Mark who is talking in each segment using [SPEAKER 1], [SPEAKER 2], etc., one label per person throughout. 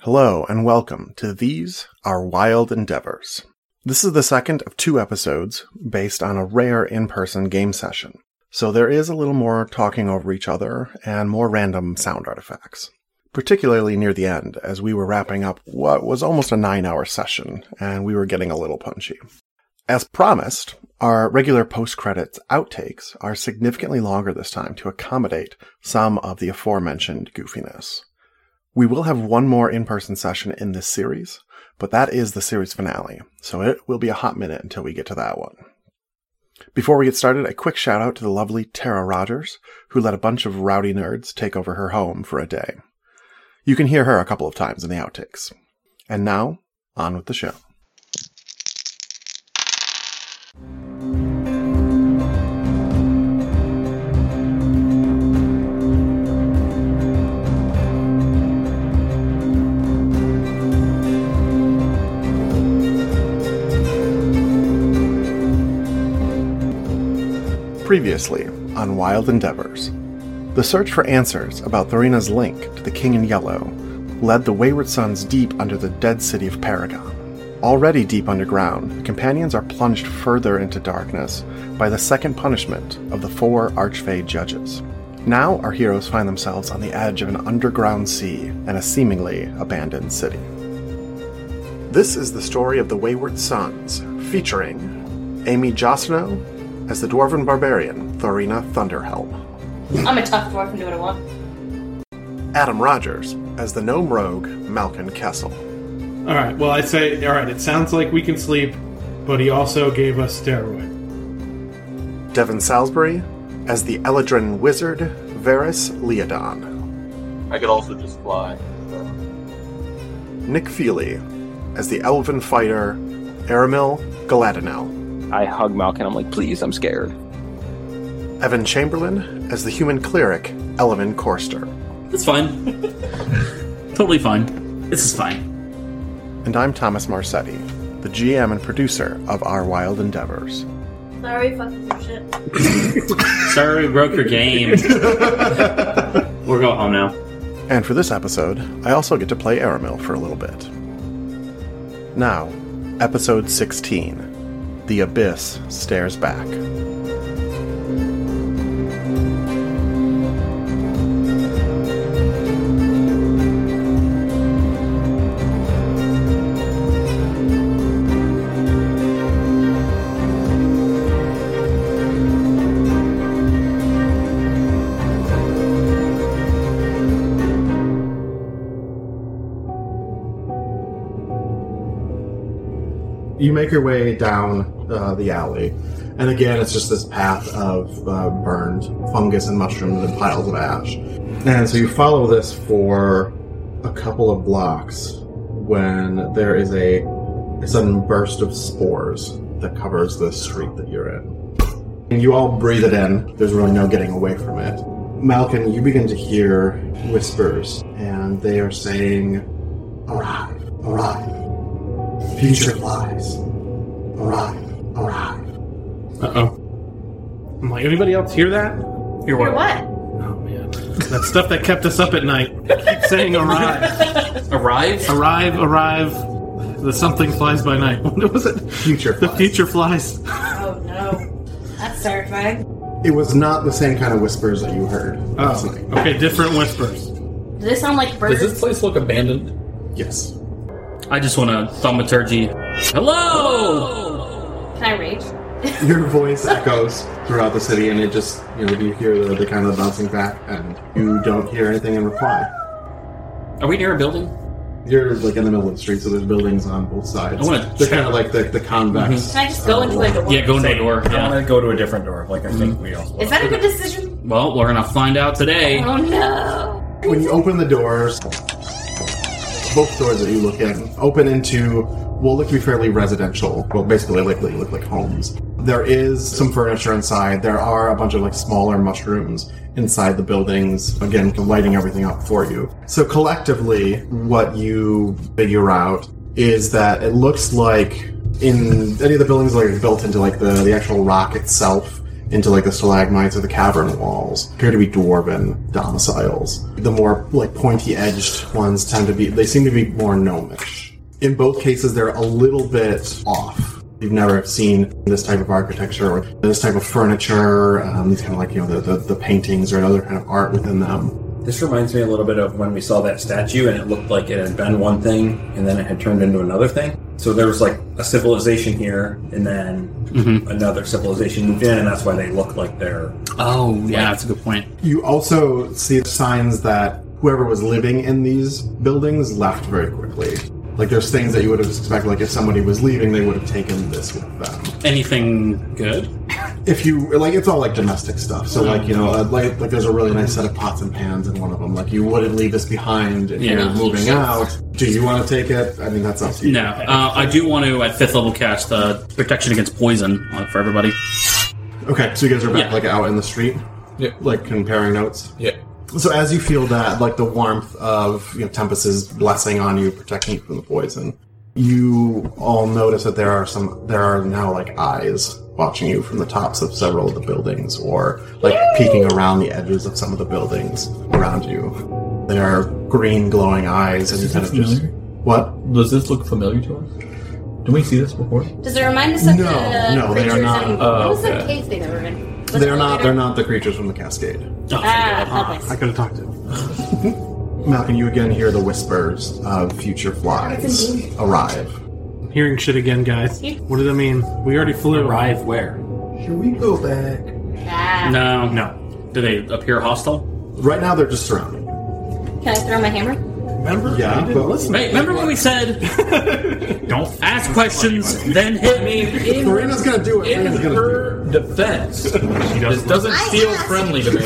[SPEAKER 1] Hello and welcome to These Are Wild Endeavors. This is the second of two episodes based on a rare in person game session, so there is a little more talking over each other and more random sound artifacts, particularly near the end as we were wrapping up what was almost a nine hour session and we were getting a little punchy. As promised, our regular post credits outtakes are significantly longer this time to accommodate some of the aforementioned goofiness. We will have one more in person session in this series, but that is the series finale, so it will be a hot minute until we get to that one. Before we get started, a quick shout out to the lovely Tara Rogers, who let a bunch of rowdy nerds take over her home for a day. You can hear her a couple of times in the outtakes. And now, on with the show. Previously on Wild Endeavors, the search for answers about Thorina's link to the King in Yellow led the Wayward Sons deep under the dead city of Paragon. Already deep underground, the companions are plunged further into darkness by the second punishment of the four Archfey judges. Now our heroes find themselves on the edge of an underground sea and a seemingly abandoned city. This is the story of the Wayward Sons, featuring Amy Josino as the Dwarven Barbarian Thorina Thunderhelm,
[SPEAKER 2] I'm a tough dwarf and do what I want.
[SPEAKER 1] Adam Rogers as the Gnome Rogue Malkin Kessel,
[SPEAKER 3] All right. Well, I'd say all right. It sounds like we can sleep, but he also gave us steroid.
[SPEAKER 1] Devin Salisbury as the Eladrin Wizard Varus Leodon,
[SPEAKER 4] I could also just fly. So.
[SPEAKER 1] Nick Feely as the Elven Fighter Aramil Galadinel,
[SPEAKER 5] I hug Malkin. I'm like, please, I'm scared.
[SPEAKER 1] Evan Chamberlain as the Human Cleric Elvin Corster,
[SPEAKER 6] It's fine. totally fine. This is fine.
[SPEAKER 1] and I'm Thomas Marsetti, the GM and producer of Our Wild Endeavors.
[SPEAKER 2] Sorry, fucking shit.
[SPEAKER 6] Sorry we broke your game. we'll go home now.
[SPEAKER 1] And for this episode, I also get to play Aramil for a little bit. Now, episode 16 The Abyss Stares Back. you make your way down uh, the alley, and again, it's just this path of uh, burned fungus and mushrooms and piles of ash. And so you follow this for a couple of blocks when there is a, a sudden burst of spores that covers the street that you're in. And you all breathe it in. There's really no getting away from it. Malkin, you begin to hear whispers, and they are saying, "Arrive, arrive." Future lies. Arrive, arrive.
[SPEAKER 3] Uh oh. I'm like, anybody else hear that?
[SPEAKER 6] You're
[SPEAKER 2] You're
[SPEAKER 6] welcome.
[SPEAKER 2] what?
[SPEAKER 3] Oh man, that stuff that kept us up at night. Keep saying arrive,
[SPEAKER 6] Arrive?
[SPEAKER 3] arrive, arrive. The something flies by night. What was it?
[SPEAKER 1] Future
[SPEAKER 3] The
[SPEAKER 1] flies.
[SPEAKER 3] future flies.
[SPEAKER 2] Oh no. That's terrifying.
[SPEAKER 1] It was not the same kind of whispers that you heard last
[SPEAKER 3] Oh,
[SPEAKER 1] night.
[SPEAKER 3] okay. Different whispers.
[SPEAKER 2] Do they sound like birds?
[SPEAKER 7] Does this place look abandoned?
[SPEAKER 1] Yes.
[SPEAKER 6] I just want to thaumaturgy. Hello!
[SPEAKER 2] Can I rage?
[SPEAKER 1] Your voice echoes throughout the city, and it just, you know, you hear the, the kind of bouncing back, and you don't hear anything in reply.
[SPEAKER 6] Are we near a building?
[SPEAKER 1] You're like in the middle of the street, so there's buildings on both sides.
[SPEAKER 6] I wanna
[SPEAKER 1] They're kind of like the, the
[SPEAKER 3] Mm-hmm.
[SPEAKER 1] convex.
[SPEAKER 2] Can I just go
[SPEAKER 1] uh,
[SPEAKER 2] into a door?
[SPEAKER 6] Yeah, go into a door.
[SPEAKER 7] I
[SPEAKER 6] Yeah.
[SPEAKER 7] want to go to a different door, like I think we all.
[SPEAKER 2] Is that a good decision?
[SPEAKER 6] Well, we're going to find out today.
[SPEAKER 2] Oh no.
[SPEAKER 1] When you open the doors, both doors that you look in open into will look to be fairly residential. Well, basically, like they look like homes. There is some furniture inside. There are a bunch of like smaller mushrooms inside the buildings. Again, lighting everything up for you. So collectively, what you figure out is that it looks like in any of the buildings that are built into like the, the actual rock itself into like the stalagmites of the cavern walls appear to be dwarven domiciles. The more like pointy edged ones tend to be they seem to be more gnomish. In both cases they're a little bit off. You've never seen this type of architecture or this type of furniture, um, these kind of like you know the, the, the paintings or other kind of art within them.
[SPEAKER 7] This reminds me a little bit of when we saw that statue and it looked like it had been one thing and then it had turned into another thing. So there was like a civilization here and then
[SPEAKER 8] Mm-hmm.
[SPEAKER 7] another civilization moved in and that's why they look like they're
[SPEAKER 6] Oh, yeah, that's a good point.
[SPEAKER 1] You also see signs that whoever was living in these buildings left very quickly. Like there's things that you would have expected, like if somebody was leaving, they would have taken this with them.
[SPEAKER 6] Anything good?
[SPEAKER 1] If you like, it's all like domestic stuff. So like you know, uh, like like there's a really nice set of pots and pans in one of them. Like you wouldn't leave this behind if
[SPEAKER 6] Yeah.
[SPEAKER 1] you're moving out. Do you want to take it? I mean, that's up to you.
[SPEAKER 6] No. Uh, I do want to, at fifth level, cast uh, protection against poison uh, for everybody.
[SPEAKER 1] Okay, so you guys are back
[SPEAKER 6] Yeah.
[SPEAKER 1] like out in the street,
[SPEAKER 4] Yeah.
[SPEAKER 1] like comparing notes.
[SPEAKER 4] Yeah.
[SPEAKER 1] So as you feel that, like the warmth of you know, Tempest's blessing on you, protecting you from the poison, you all notice that there are some, there are now like eyes watching you from the tops of several of the buildings, or like peeking around the edges of some of the buildings around you. They are green glowing eyes, and you
[SPEAKER 9] Does
[SPEAKER 1] kind
[SPEAKER 9] this
[SPEAKER 1] of
[SPEAKER 9] look
[SPEAKER 1] just
[SPEAKER 9] familiar?
[SPEAKER 1] what?
[SPEAKER 9] Does this look familiar to us? Didn't we see this before?
[SPEAKER 2] Does it remind us of
[SPEAKER 1] No,
[SPEAKER 2] the
[SPEAKER 1] no, they are
[SPEAKER 2] creatures
[SPEAKER 1] not.
[SPEAKER 2] in-
[SPEAKER 9] Oh,
[SPEAKER 2] what was that
[SPEAKER 9] okay.
[SPEAKER 2] cave they were in? Was
[SPEAKER 1] They're
[SPEAKER 2] it
[SPEAKER 1] not.
[SPEAKER 2] later?
[SPEAKER 1] They're not the creatures from the Cascade.
[SPEAKER 6] Oh, thank God.
[SPEAKER 2] Ah,
[SPEAKER 1] I
[SPEAKER 2] okay.
[SPEAKER 1] could have talked to him. Malcolm, you again hear the whispers of future
[SPEAKER 2] It's
[SPEAKER 1] flies arrive.
[SPEAKER 3] I'm hearing shit again, guys. What does that mean? We already flew.
[SPEAKER 6] Arrive where?
[SPEAKER 1] Here we go back.
[SPEAKER 2] Ah.
[SPEAKER 6] No.
[SPEAKER 3] No.
[SPEAKER 6] Do they appear hostile?
[SPEAKER 1] Right now, they're just surrounding. you.
[SPEAKER 2] Can I throw my hammer?
[SPEAKER 3] Remember?
[SPEAKER 1] Yeah,
[SPEAKER 3] I didn't
[SPEAKER 1] but-
[SPEAKER 3] listen.
[SPEAKER 6] Wait, remember when we said,
[SPEAKER 9] Don't
[SPEAKER 6] ask questions, then hit me?
[SPEAKER 1] Marina's gonna do it.
[SPEAKER 9] In
[SPEAKER 1] Marina's gonna do it.
[SPEAKER 9] her defense, this doesn't
[SPEAKER 2] I
[SPEAKER 9] feel
[SPEAKER 2] asked.
[SPEAKER 9] friendly to me.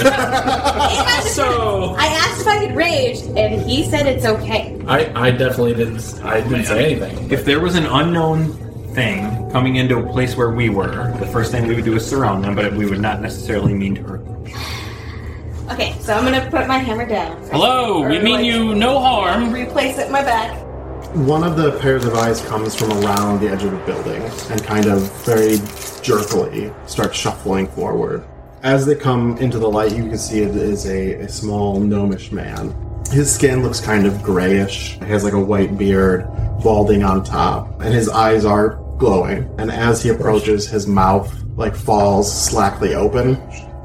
[SPEAKER 9] So-
[SPEAKER 2] I asked if I could rage, and he said it's okay.
[SPEAKER 9] I, I definitely didn't. I didn't say anything.
[SPEAKER 8] If there was an unknown thing coming into a place where we were, the first thing we would do is surround them, but we would not necessarily mean to hurt them.
[SPEAKER 2] Okay, so I'm gonna put my hammer down.
[SPEAKER 6] Hello, we
[SPEAKER 2] Or,
[SPEAKER 6] mean
[SPEAKER 2] like,
[SPEAKER 6] you no harm.
[SPEAKER 2] Replace it in my back.
[SPEAKER 1] One of the pairs of eyes comes from around the edge of a building and kind of very jerkily starts shuffling forward. As they come into the light, you can see it is a, a small gnomish man. His skin looks kind of grayish. He has like a white beard, balding on top, and his eyes are glowing. And as he approaches, his mouth like falls slackly open,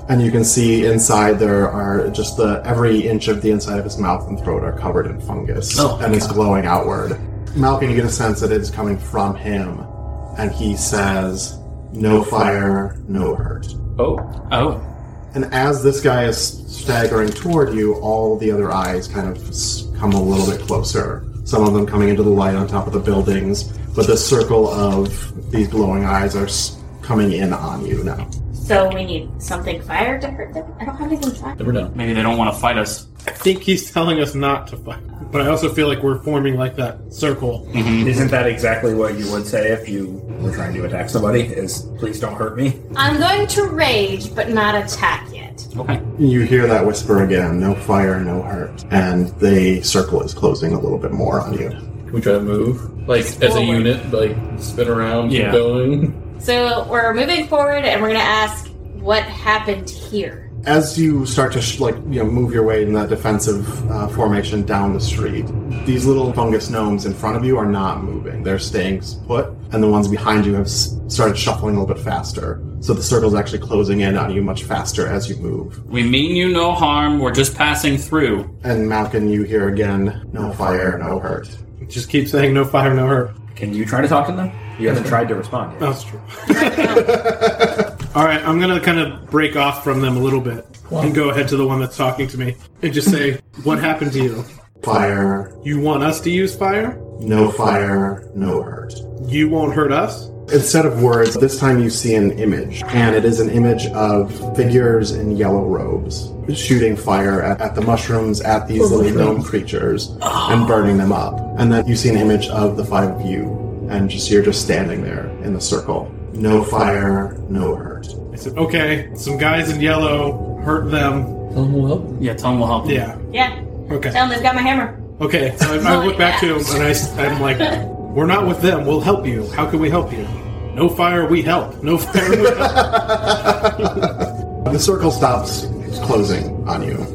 [SPEAKER 1] and you can see inside there are just the every inch of the inside of his mouth and throat are covered in fungus,
[SPEAKER 6] Oh,
[SPEAKER 1] and it's glowing outward. Malkin, you get a sense that it is coming from him, and he says, "No fire, no hurt."
[SPEAKER 9] Oh,
[SPEAKER 6] Oh.
[SPEAKER 1] And as this guy is staggering toward you, all the other eyes kind of s- come a little bit closer. Some of them coming into the light on top of the buildings, but the circle of these glowing eyes are s- coming in on you now.
[SPEAKER 2] So we need something fire to hurt them. I don't have anything fire.
[SPEAKER 9] never know.
[SPEAKER 6] Maybe they don't want to fight us.
[SPEAKER 3] I think he's telling us not to fight. But I also feel like we're forming like that circle.
[SPEAKER 7] Mm-hmm. Isn't that exactly what you would say if you were trying to attack somebody? Is please don't hurt me.
[SPEAKER 2] I'm going to rage, but not attack yet.
[SPEAKER 6] Okay.
[SPEAKER 1] You hear that whisper again no fire, no hurt. And the circle is closing a little bit more on you.
[SPEAKER 9] Can we try to move like as a
[SPEAKER 2] Forward.
[SPEAKER 9] unit, like spin around, keep
[SPEAKER 6] Yeah.
[SPEAKER 9] going?
[SPEAKER 2] So we're moving forward, and we're gonna ask what happened here.
[SPEAKER 1] As you start to sh- like you know move your way in that defensive uh, formation down the street, these little fungus gnomes in front of you are not moving; they're staying s- put, and the ones behind you have s- started shuffling a little bit faster. So the circle's actually closing in on you much faster as you move.
[SPEAKER 6] We mean you no harm. We're just passing through.
[SPEAKER 1] And Malkin, you hear again: "No fire, no hurt."
[SPEAKER 3] Just keep saying no fire, no hurt.
[SPEAKER 7] Can you try to talk to them? You haven't tried to respond yet.
[SPEAKER 3] That's true. All right, I'm gonna kind of break off from them a little bit and go ahead to the one that's talking to me and just say, "What happened to you?
[SPEAKER 1] Fire,
[SPEAKER 3] You want us to use fire?
[SPEAKER 1] no fire, no hurt.
[SPEAKER 3] You won't hurt us."
[SPEAKER 1] Instead of words, this time you see an image, and it is an image of figures in yellow robes shooting fire at, at the mushrooms, at these little gnome creatures, and burning them up. And then you see an image of the five of you, and just you're just standing there in the circle. No fire, no hurt.
[SPEAKER 3] I said, "Okay, some guys in yellow hurt them."
[SPEAKER 9] Well,
[SPEAKER 6] Yeah, Tom will help. you.
[SPEAKER 3] Yeah.
[SPEAKER 2] Yeah,
[SPEAKER 3] Okay.
[SPEAKER 2] tell them they've got my hammer.
[SPEAKER 3] Okay. So I, I look back to him and I, am like, "We're not with them. We'll help you. How can we help you?" No fire, we help. No fire, we help.
[SPEAKER 1] The circle stops it's closing on you.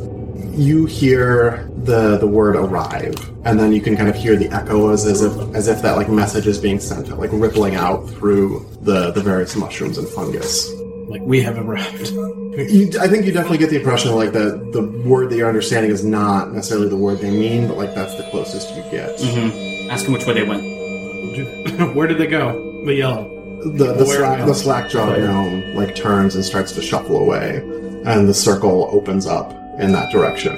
[SPEAKER 1] You hear the the word arrive, and then you can kind of hear the echo as, as if as if that like message is being sent out, like rippling out through the the various mushrooms and fungus.
[SPEAKER 3] like, we have arrived.
[SPEAKER 1] You, I think you definitely get the impression like that the word that you're understanding is not necessarily the word they mean, but like that's the closest you get.
[SPEAKER 6] Ask him which way they went.
[SPEAKER 3] Where did they go? The yellow.
[SPEAKER 1] The the
[SPEAKER 3] Where
[SPEAKER 1] slack,
[SPEAKER 3] now?
[SPEAKER 1] the slack jaw gnome like turns and starts to shuffle away, and the circle opens up in that direction.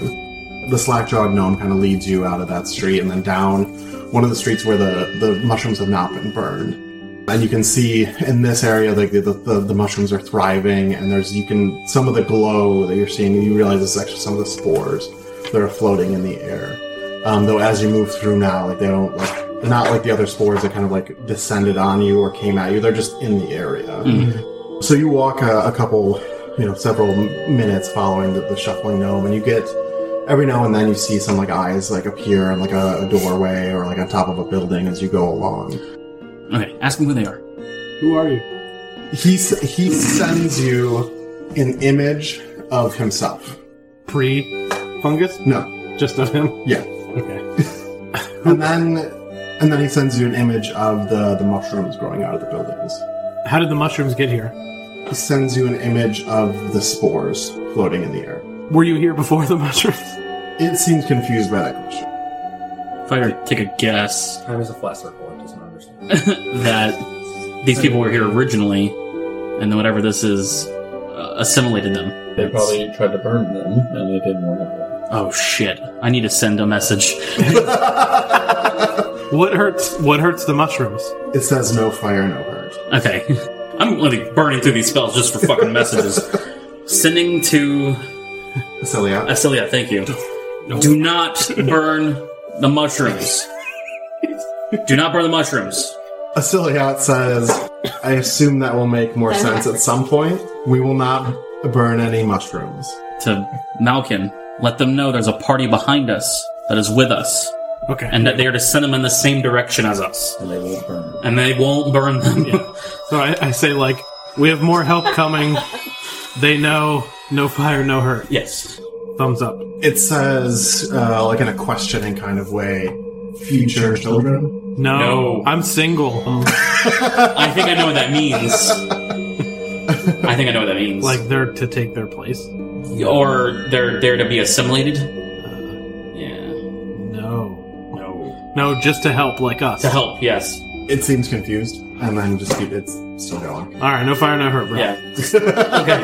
[SPEAKER 1] The slack jaw gnome kind of leads you out of that street and then down one of the streets where the, the mushrooms have not been burned. And you can see in this area, like the, the, the mushrooms are thriving, and there's you can some of the glow that you're seeing. You realize it's actually some of the spores that are floating in the air. Um, though as you move through now, like they don't like they're not like the other spores that kind of like descended on you or came at you. They're just in the area. So you walk a, a couple, you know, several m- minutes following the, the shuffling gnome, and you get every now and then you see some like eyes like appear in like a, a doorway or like on top of a building as you go along.
[SPEAKER 6] Okay, ask him who they are.
[SPEAKER 3] Who are you?
[SPEAKER 1] He s- he sends you an image of himself.
[SPEAKER 3] Pre fungus?
[SPEAKER 1] No,
[SPEAKER 3] Just of him?
[SPEAKER 1] yeah,
[SPEAKER 3] Okay.
[SPEAKER 1] and then and then he sends you an image of the the mushrooms growing out of the buildings.
[SPEAKER 3] How did the mushrooms get here?
[SPEAKER 1] He sends you an image of the spores floating in the air.
[SPEAKER 3] Were you here before the mushrooms?
[SPEAKER 1] It seems confused by that question.
[SPEAKER 6] If I were to take a guess
[SPEAKER 7] Time is a flat circle. It doesn't understand.
[SPEAKER 6] that these people were here originally, and then whatever this is uh, assimilated them.
[SPEAKER 9] They probably tried to burn them, and they didn't want to.
[SPEAKER 6] Oh shit! I need to send a message.
[SPEAKER 3] What hurts? What hurts the mushrooms?
[SPEAKER 1] It says no fire, no hurt.
[SPEAKER 6] Okay, I'm really burning through these spells just for fucking messages. Sending to
[SPEAKER 1] Celia.
[SPEAKER 6] Acilia, thank you. Do not burn the mushrooms. Do not burn the mushrooms.
[SPEAKER 1] Asiliot says, I assume that will make more sense at some point. We will not burn any mushrooms.
[SPEAKER 6] To Malkin, let them know there's a party behind us that is with us,
[SPEAKER 3] Okay.
[SPEAKER 6] and that they are to send them in the same direction as us,
[SPEAKER 9] And they won't burn them.
[SPEAKER 6] and they won't burn them.
[SPEAKER 3] so I, I say like, we have more help coming. they know no fire, no hurt.
[SPEAKER 6] yes.
[SPEAKER 3] Thumbs up.
[SPEAKER 1] It says, uh, like in a questioning kind of way, future children?
[SPEAKER 3] No,
[SPEAKER 6] No.
[SPEAKER 3] I'm single.
[SPEAKER 6] I think I know what that means. I think I know what that means.
[SPEAKER 3] like they're to take their place.
[SPEAKER 6] or they're there to be assimilated. Yeah.
[SPEAKER 3] No,
[SPEAKER 6] Uh, No.
[SPEAKER 3] no, just to help, like us.
[SPEAKER 6] To help, yes.
[SPEAKER 1] It seems confused, and then just keep it's still going.
[SPEAKER 3] All right, no fire, no hurt, bro.
[SPEAKER 6] Yeah. okay.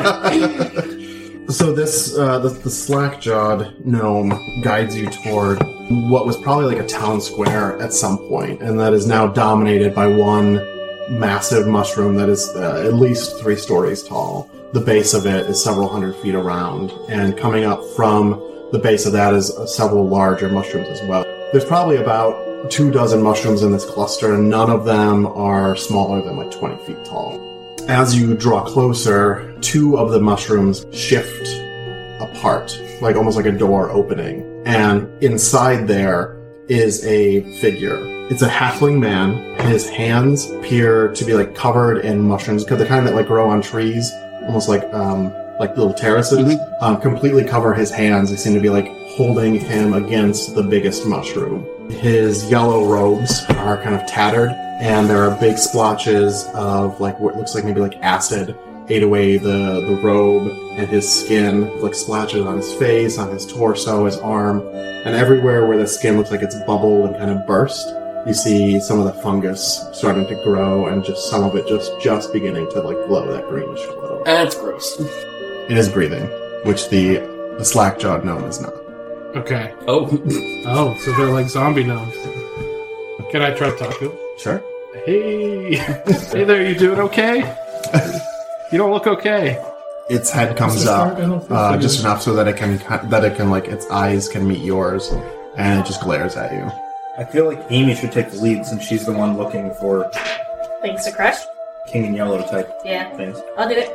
[SPEAKER 1] So this uh, the, the slack-jawed gnome guides you toward what was probably like a town square at some point, and that is now dominated by one massive mushroom that is uh, at least three stories tall. The base of it is several hundred feet around, and coming up from the base of that is uh, several larger mushrooms as well. There's probably about two dozen mushrooms in this cluster, and none of them are smaller than like 20 feet tall. As you draw closer, two of the mushrooms shift apart, like almost like a door opening. And inside there is a figure. It's a halfling man. His hands appear to be like covered in mushrooms, because the kind that like grow on trees, almost like um, like little terraces. Um, completely cover his hands. They seem to be like holding him against the biggest mushroom. His yellow robes are kind of tattered, and there are big splotches of like what looks like maybe like acid ate away the, the robe and his skin, like splashes on his face, on his torso, his arm, and everywhere where the skin looks like it's bubbled and kind of burst, you see some of the fungus starting to grow and just some of it just just beginning to like glow that greenish glow.
[SPEAKER 6] That's gross.
[SPEAKER 1] It is breathing, which the, the slack jawed gnome is not.
[SPEAKER 3] Okay.
[SPEAKER 6] Oh.
[SPEAKER 3] Oh, so they're like zombie gnomes. Can I try taco?
[SPEAKER 1] Sure.
[SPEAKER 3] Hey, hey there. You doing okay? You don't look okay.
[SPEAKER 1] Its head comes up uh, just enough so that it can that it can like its eyes can meet yours, and it just glares at you.
[SPEAKER 7] I feel like Amy should take the lead since she's the one looking for
[SPEAKER 2] Things to crush?
[SPEAKER 7] King and Yellow type
[SPEAKER 2] Yeah,
[SPEAKER 7] things.
[SPEAKER 2] I'll do it.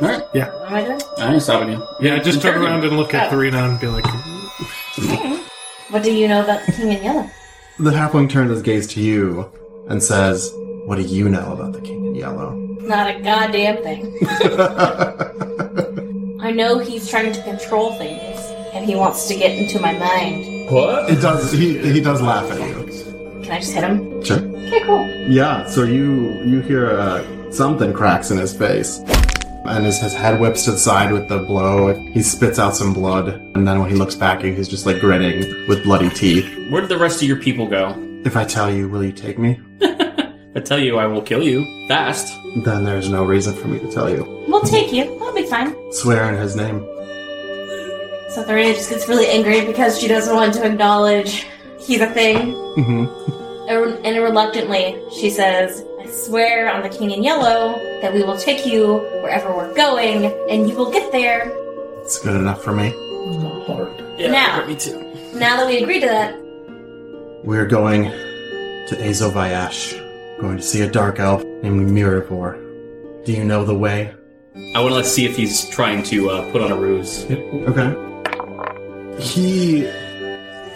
[SPEAKER 6] Alright.
[SPEAKER 3] Yeah.
[SPEAKER 2] What am I doing?
[SPEAKER 6] I didn't stop again.
[SPEAKER 3] Yeah, just turn around and look at Therina and be like,
[SPEAKER 2] What do you know about the king in yellow?
[SPEAKER 1] The halfling turns his gaze to you and says,
[SPEAKER 10] What do you know about the King in Yellow?
[SPEAKER 2] Not a goddamn thing. I know he's trying to control things, and he wants to get into my mind.
[SPEAKER 9] What?
[SPEAKER 1] It does. He, he does laugh at you.
[SPEAKER 2] Can I just hit him?
[SPEAKER 1] Sure.
[SPEAKER 2] Okay, cool.
[SPEAKER 1] Yeah. So you you hear uh, something cracks in his face, and his, his head whips to the side with the blow. He spits out some blood, and then when he looks back, he's just like grinning with bloody teeth.
[SPEAKER 6] Where did the rest of your people go?
[SPEAKER 1] If I tell you, will you take me?
[SPEAKER 6] I tell you, I will kill you fast.
[SPEAKER 1] Then there's no reason for me to tell you.
[SPEAKER 2] We'll take you. That'll be fine.
[SPEAKER 1] Swear in his name.
[SPEAKER 2] So Thorina just gets really angry because she doesn't want to acknowledge he's a thing.
[SPEAKER 1] Mm-hmm.
[SPEAKER 2] And and reluctantly, she says, I swear on the king in yellow that we will take you wherever we're going, and you will get there.
[SPEAKER 1] It's good enough for me.
[SPEAKER 9] My heart.
[SPEAKER 6] Yeah,
[SPEAKER 2] Now.
[SPEAKER 6] me too.
[SPEAKER 2] Now that we agree to that,
[SPEAKER 1] We're going to Azovayash. Going to see a dark elf named Mirabor. Do you know the way?
[SPEAKER 6] I want to let's see if he's trying to uh, put on a ruse.
[SPEAKER 1] Okay. He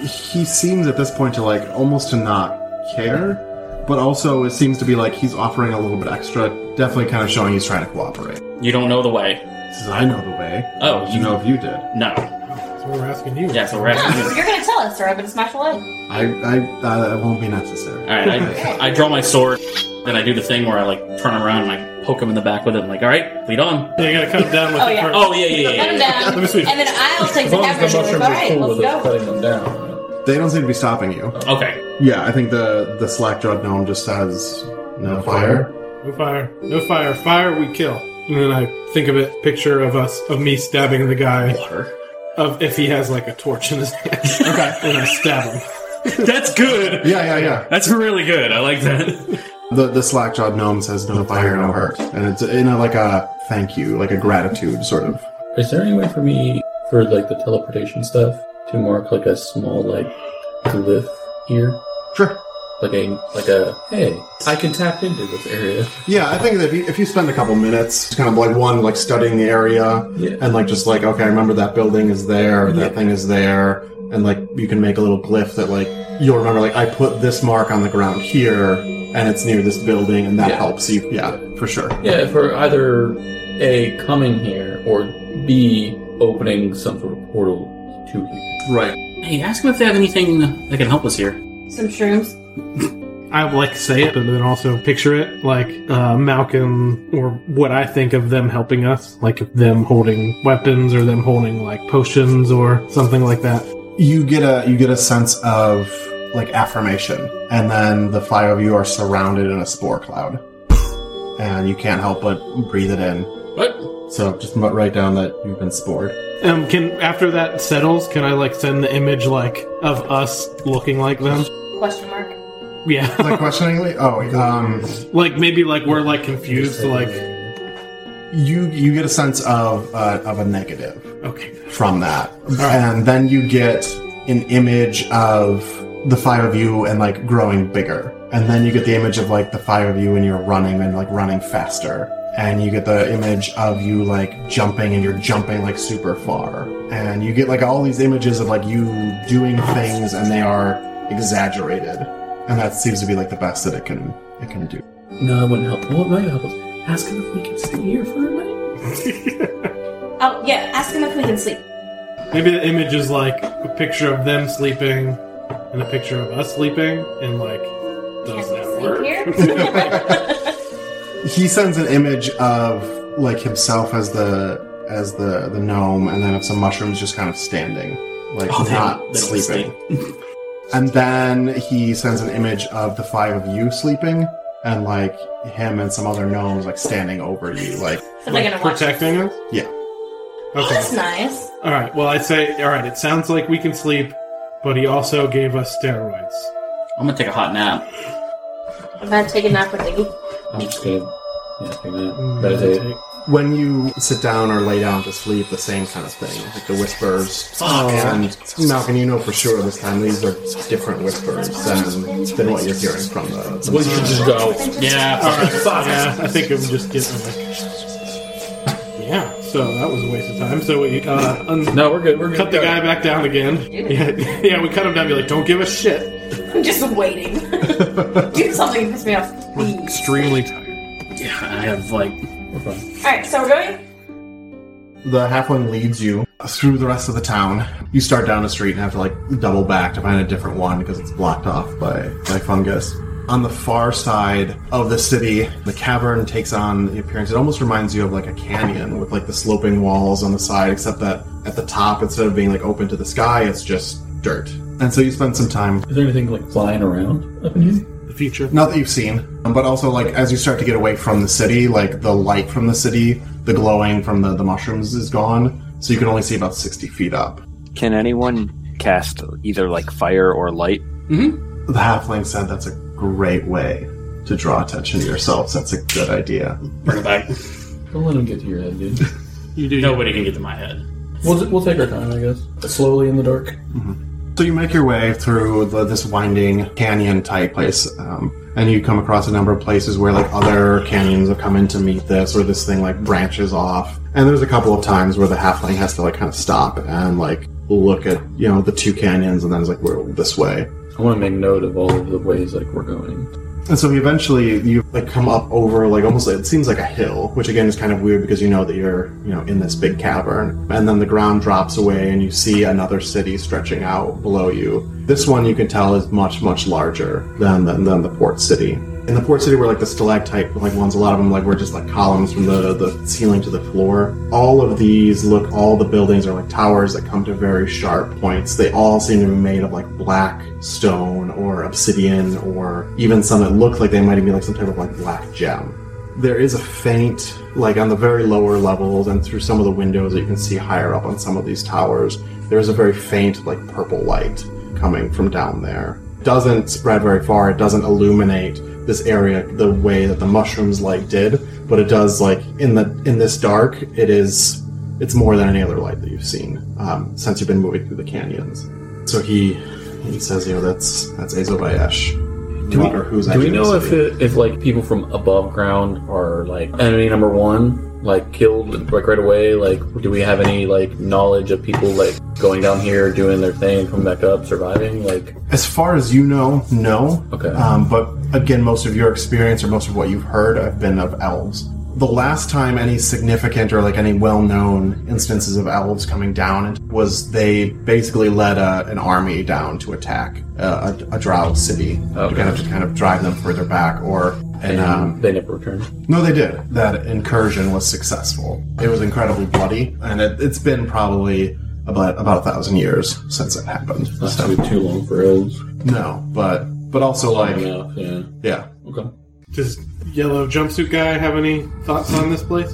[SPEAKER 1] he seems at this point to like almost to not care, but also it seems to be like he's offering a little bit extra, definitely kind of showing he's trying to cooperate.
[SPEAKER 6] You don't know the way.
[SPEAKER 1] He says, "I know the way.
[SPEAKER 6] Oh,
[SPEAKER 1] How'd
[SPEAKER 6] you-
[SPEAKER 1] you know if you did.
[SPEAKER 6] No.
[SPEAKER 3] That's what we're asking you.
[SPEAKER 6] Yeah, so we're asking you.
[SPEAKER 2] If you're gonna tell us, or I'm gonna smash a light.
[SPEAKER 1] I I uh, that won't be necessary."
[SPEAKER 6] All right, I, I draw my sword, then I do the thing where I like turn around and I poke him in the back with it. I'm like, all right, lead on.
[SPEAKER 3] Yeah, you gotta cut him down with
[SPEAKER 2] Oh,
[SPEAKER 3] it
[SPEAKER 2] yeah.
[SPEAKER 3] first.
[SPEAKER 6] Oh yeah, yeah, yeah.
[SPEAKER 2] Let him
[SPEAKER 6] yeah.
[SPEAKER 2] down,
[SPEAKER 3] Let me see.
[SPEAKER 2] and then I'll take
[SPEAKER 9] As
[SPEAKER 2] the
[SPEAKER 9] long as
[SPEAKER 2] average. and
[SPEAKER 9] the
[SPEAKER 2] be like,
[SPEAKER 9] mushrooms
[SPEAKER 2] All
[SPEAKER 9] are
[SPEAKER 2] right,
[SPEAKER 9] cool
[SPEAKER 2] let's
[SPEAKER 9] with us
[SPEAKER 2] go.
[SPEAKER 9] cutting them down.
[SPEAKER 1] They don't seem to be stopping you.
[SPEAKER 6] Okay,
[SPEAKER 1] Yeah, I think the the slack jawed gnome just says no fire.
[SPEAKER 3] No fire. No fire. Fire, we kill. And then I think of it, picture of us, of me stabbing the guy,
[SPEAKER 6] water.
[SPEAKER 3] of if he has like a torch in his hand. okay. And I stab him.
[SPEAKER 6] That's good.
[SPEAKER 1] Yeah, yeah, yeah.
[SPEAKER 6] That's really good. I like that.
[SPEAKER 1] The the slack jawed gnome says no fire, no hurt, and it's in a like a thank you, like a gratitude sort of.
[SPEAKER 9] Is there any way for me, for like the teleportation stuff, to mark like a small like glyph here?
[SPEAKER 1] Sure.
[SPEAKER 9] Like a, like a, hey, I can tap into this area.
[SPEAKER 1] Yeah, I think that if you, if you spend a couple minutes, just kind of like one like studying the area
[SPEAKER 9] Yeah.
[SPEAKER 1] and like just like okay, remember that building is there, that thing is there, and like you can make a little glyph that like you'll remember like I put this mark on the ground here, and it's near this building, and that
[SPEAKER 9] Yeah.
[SPEAKER 1] helps you. Yeah, for sure.
[SPEAKER 9] Yeah, for either A, coming here, or B, opening some sort of portal to here.
[SPEAKER 1] Right.
[SPEAKER 6] hey, ask him if they have anything that can help us here.
[SPEAKER 2] Some shrooms.
[SPEAKER 3] I like say it, but then also picture it like uh, Malcolm or what I think of them helping us, like them holding weapons or them holding like potions or something like that.
[SPEAKER 1] you get a you get a sense of like affirmation and then the five of you are surrounded in a spore cloud and you can't help but breathe it in
[SPEAKER 6] What?
[SPEAKER 1] so just mu- write down that you've been spored
[SPEAKER 3] Um, can after that settles, can I like send the image like of us looking like them?
[SPEAKER 2] Question mark.
[SPEAKER 3] Yeah,
[SPEAKER 1] like questioningly oh um
[SPEAKER 3] like maybe like we're like confused, like
[SPEAKER 1] you you get a sense of uh, of a negative
[SPEAKER 3] okay,
[SPEAKER 1] from that and then you get an image of the five of you and like growing bigger and then you get the image of like the five of you and you're running and like running faster and you get the image of you like jumping and you're jumping like super far and you get like all these images of like you doing things and they are exaggerated and that seems to be like the best that it can it can do
[SPEAKER 9] No, that wouldn't help. Well, it might help us. Ask him if we can stay here for a night.
[SPEAKER 2] Oh yeah, ask him if we can sleep.
[SPEAKER 3] maybe the image is like a picture of them sleeping and a picture of us sleeping, and like
[SPEAKER 2] Can
[SPEAKER 3] does
[SPEAKER 2] we
[SPEAKER 3] that
[SPEAKER 2] sleep
[SPEAKER 3] work?
[SPEAKER 2] here?
[SPEAKER 1] he sends an image of like himself as the as the the gnome and then of some mushrooms just kind of standing like
[SPEAKER 6] Oh, they
[SPEAKER 1] not
[SPEAKER 6] don't- they don't
[SPEAKER 1] sleeping and then he sends an image of the five of you sleeping and like him and some other gnomes like standing over you like
[SPEAKER 2] so they're
[SPEAKER 3] Like
[SPEAKER 2] gonna watch.
[SPEAKER 3] protecting us?
[SPEAKER 1] Yeah.
[SPEAKER 2] Oh,
[SPEAKER 3] Okay.
[SPEAKER 2] that's nice.
[SPEAKER 3] All right. Well, I say, all right. It sounds like we can sleep, but he also gave us steroids.
[SPEAKER 6] I'm gonna take a hot nap.
[SPEAKER 2] I'm gonna take a nap with Iggy.
[SPEAKER 9] I'm just gonna yeah, take that. Meditate.
[SPEAKER 1] when you sit down or lay down to sleep the same kind of thing like the whispers and malcolm you know for sure this time these are different whispers than than what you're hearing from the, the
[SPEAKER 9] We should just go.
[SPEAKER 6] Yeah.
[SPEAKER 3] All right. Yeah, I think I'm just getting away. Yeah. So that was a waste of time. So we uh, un-
[SPEAKER 9] No, we're good. We're good.
[SPEAKER 3] cut the guy back down again. Yeah. Yeah. We cut him down. Be like, don't give a shit.
[SPEAKER 2] I'm just waiting. Do something to piss me off.
[SPEAKER 3] We're extremely tired.
[SPEAKER 6] Yeah, I have like.
[SPEAKER 2] Alright, so we're going.
[SPEAKER 1] The halfling leads you through the rest of the town. You start down a street and have to like double back to find a different one because it's blocked off by, by fungus. On the far side of the city, the cavern takes on the appearance. It almost reminds you of like a canyon with like the sloping walls on the side, except that at the top, instead of being like open to the sky, it's just dirt. And so you spend some time
[SPEAKER 9] Is there anything like flying around up in here?
[SPEAKER 3] The future.
[SPEAKER 1] not that you've seen, but also like as you start to get away from the city, like the light from the city, the glowing from the, the mushrooms is gone, so you can only see about sixty feet up.
[SPEAKER 5] Can anyone cast either like fire or light?
[SPEAKER 1] The halfling said that's a great way to draw attention to yourselves. That's a good idea.
[SPEAKER 6] Bring it back.
[SPEAKER 9] Don't let him get to your head, dude.
[SPEAKER 3] You do.
[SPEAKER 6] Nobody can get to my head.
[SPEAKER 9] We'll, we'll take our time, I guess. Slowly in the dark.
[SPEAKER 1] So you make your way through the, this winding canyon type place, um, and you come across a number of places where like other canyons have come in to meet this, or this thing like branches off. And there's a couple of times where the halfling has to like kind of stop and like look at you know the two canyons, and then it's like we're this way.
[SPEAKER 9] I want to make note of all of the ways like we're going.
[SPEAKER 1] And so eventually you like come up over like almost it seems like a hill, which again is kind of weird because you know that you're you know in this big cavern, and then the ground drops away and you see another city stretching out below you. This one you can tell is much much larger than than, than the port city. In the port city were like the stalactite like ones, a lot of them like were just like columns from the the ceiling to the floor. All of these look all the buildings are like towers that come to very sharp points. They all seem to be made of like black stone or obsidian or even some that look like they might even be like some type of like black gem. There is a faint, like on the very lower levels and through some of the windows that you can see higher up on some of these towers, there is a very faint, like purple light coming from down there. It doesn't spread very far, it doesn't illuminate this area the way that the mushrooms light did, but it does like in the in this dark, it is it's more than any other light that you've seen um, since you've been moving through the canyons. So he he says, you know, that's that's Azobayesh.
[SPEAKER 9] Do we,
[SPEAKER 1] Wonder who's
[SPEAKER 9] do
[SPEAKER 1] actually
[SPEAKER 9] we
[SPEAKER 1] in the
[SPEAKER 9] know if
[SPEAKER 1] city.
[SPEAKER 9] it, if like people from above ground are like enemy number one, like killed like right away? Like, do we have any like knowledge of people like going down here, doing their thing, coming back up, surviving? Like,
[SPEAKER 1] As far as you know, no.
[SPEAKER 9] Okay.
[SPEAKER 1] Um, but again, most of your experience or most of what you've heard have been of elves. The last time any significant or like any well-known instances of elves coming down was they basically led a, an army down to attack a, a, a drow city
[SPEAKER 9] Okay.
[SPEAKER 1] to kind of to kind of drive them further back, or and um,
[SPEAKER 9] they never returned.
[SPEAKER 1] no, they did. That incursion was successful. It was incredibly bloody, and it, it's been probably about about a thousand years since it happened.
[SPEAKER 9] That's
[SPEAKER 1] So-
[SPEAKER 9] too, too long for elves.
[SPEAKER 1] no, but but also like
[SPEAKER 9] yeah, yeah.
[SPEAKER 1] yeah.
[SPEAKER 9] Okay.
[SPEAKER 3] Does yellow jumpsuit guy have any thoughts on this place?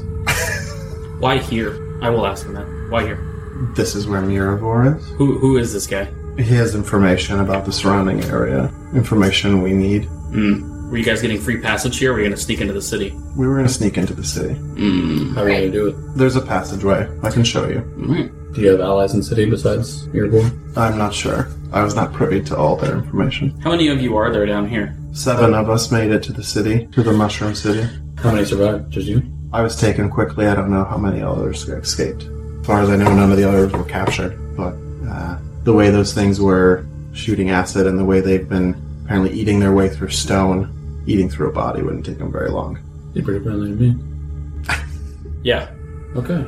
[SPEAKER 6] Why here? I will ask him that. Why here?
[SPEAKER 1] This is where Miravor is.
[SPEAKER 6] Who who is this guy?
[SPEAKER 1] He has information about the surrounding area. Information we need.
[SPEAKER 6] Hmm. Were you guys getting free passage here? Or were you gonna sneak into the city?
[SPEAKER 1] We were gonna sneak into the city.
[SPEAKER 6] Hmm.
[SPEAKER 9] How are you gonna do it?
[SPEAKER 1] There's a passageway. I can show you.
[SPEAKER 6] Alright.
[SPEAKER 9] Do you have allies in city besides Earborn?
[SPEAKER 1] I'm not sure. I was not privy to all their information.
[SPEAKER 6] How many of you are there down here?
[SPEAKER 1] Seven of us made it to the city, to the Mushroom City.
[SPEAKER 9] How many survived? Just you?
[SPEAKER 1] I was taken quickly. I don't know how many others escaped. As far as I know, none of the others were captured. But uh, the way those things were shooting acid and the way they've been apparently eating their way through stone, eating through a body wouldn't take them very long.
[SPEAKER 9] You're pretty friendly to me.
[SPEAKER 6] Yeah.
[SPEAKER 9] Okay.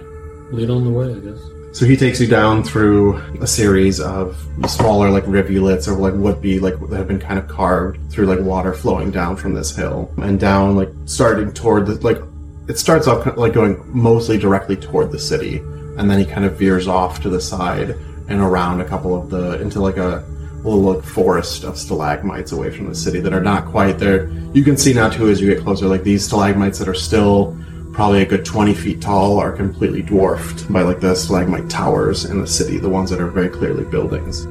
[SPEAKER 9] Lead on the way, I guess.
[SPEAKER 1] So he takes you down through a series of smaller, like rivulets, or like would be like that have been kind of carved through like water flowing down from this hill and down, like starting toward the like. It starts off kind of, like going mostly directly toward the city, and then he kind of veers off to the side and around a couple of the into like a little like, forest of stalagmites away from the city that are not quite there. You can see now too as you get closer, like these stalagmites that are still probably a good 20 feet tall are completely dwarfed by like the stalagmite towers in the city the ones that are very clearly buildings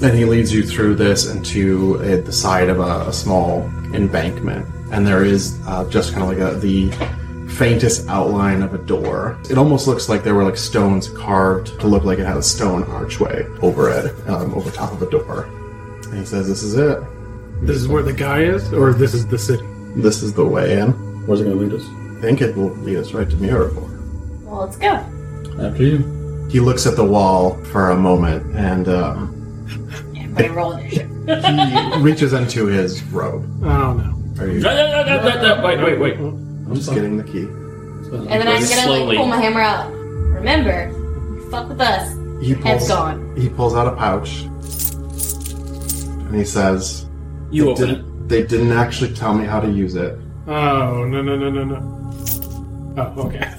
[SPEAKER 1] and he leads you through this into uh the side of a, a small embankment and there is uh, just kind of like a, the faintest outline of a door it almost looks like there were like stones carved to look like it had a stone archway over it um, over top of a door and he says this is it
[SPEAKER 3] This is where the guy is, or this is the city?
[SPEAKER 1] this is the way in
[SPEAKER 9] Where's it gonna lead us?
[SPEAKER 1] i think it will lead us right to miravor
[SPEAKER 2] Well, let's go.
[SPEAKER 9] After you.
[SPEAKER 1] He looks at the wall for a moment and um,
[SPEAKER 2] Everybody roll initiative.
[SPEAKER 1] he reaches into his robe.
[SPEAKER 3] I don't know.
[SPEAKER 11] Are you?
[SPEAKER 6] No, no, no, no, no, no, wait, wait, wait.
[SPEAKER 11] I'm just getting the key.
[SPEAKER 2] And then I'm gonna like
[SPEAKER 6] Slowly.
[SPEAKER 2] pull my hammer out. Remember, you fuck with us.
[SPEAKER 11] He
[SPEAKER 2] Head's
[SPEAKER 11] pulls.
[SPEAKER 2] gone.
[SPEAKER 11] He pulls out a pouch, and he says,
[SPEAKER 6] You
[SPEAKER 11] they
[SPEAKER 6] open it.
[SPEAKER 11] didn't, They didn't actually tell me how to use it.
[SPEAKER 3] Oh no no no no no. Oh okay.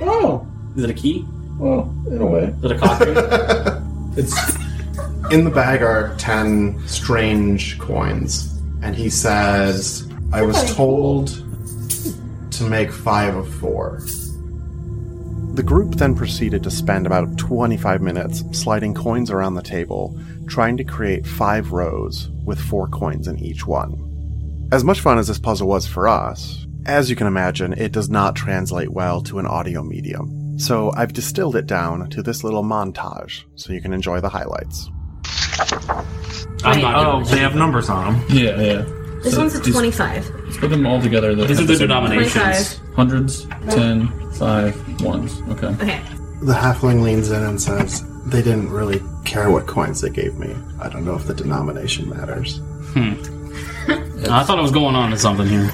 [SPEAKER 5] Oh,
[SPEAKER 6] Is it a key?
[SPEAKER 5] well, in a way.
[SPEAKER 6] Is it a cock ring?
[SPEAKER 11] In the bag are ten strange coins, and he says, "I was told to make five of four.
[SPEAKER 1] The group then proceeded to spend about 25 minutes sliding coins around the table, trying to create five rows with four coins in each one. As much fun as this puzzle was for us, as you can imagine, it does not translate well to an audio medium. So I've distilled it down to this little montage so you can enjoy the highlights.
[SPEAKER 6] I'm not gonna.
[SPEAKER 8] Oh, they have numbers on them.
[SPEAKER 9] Yeah, yeah.
[SPEAKER 2] This
[SPEAKER 9] So
[SPEAKER 2] one's a
[SPEAKER 9] just
[SPEAKER 2] 25.
[SPEAKER 9] Put them all together. That
[SPEAKER 6] These are
[SPEAKER 9] have
[SPEAKER 6] the
[SPEAKER 9] same-
[SPEAKER 6] denominations.
[SPEAKER 9] Hundreds, ten, five, ones. Okay.
[SPEAKER 2] Okay.
[SPEAKER 11] The halfling leans in and says, "They didn't really care what coins they gave me. I don't know if the denomination matters."
[SPEAKER 6] I thought I was going on to something here.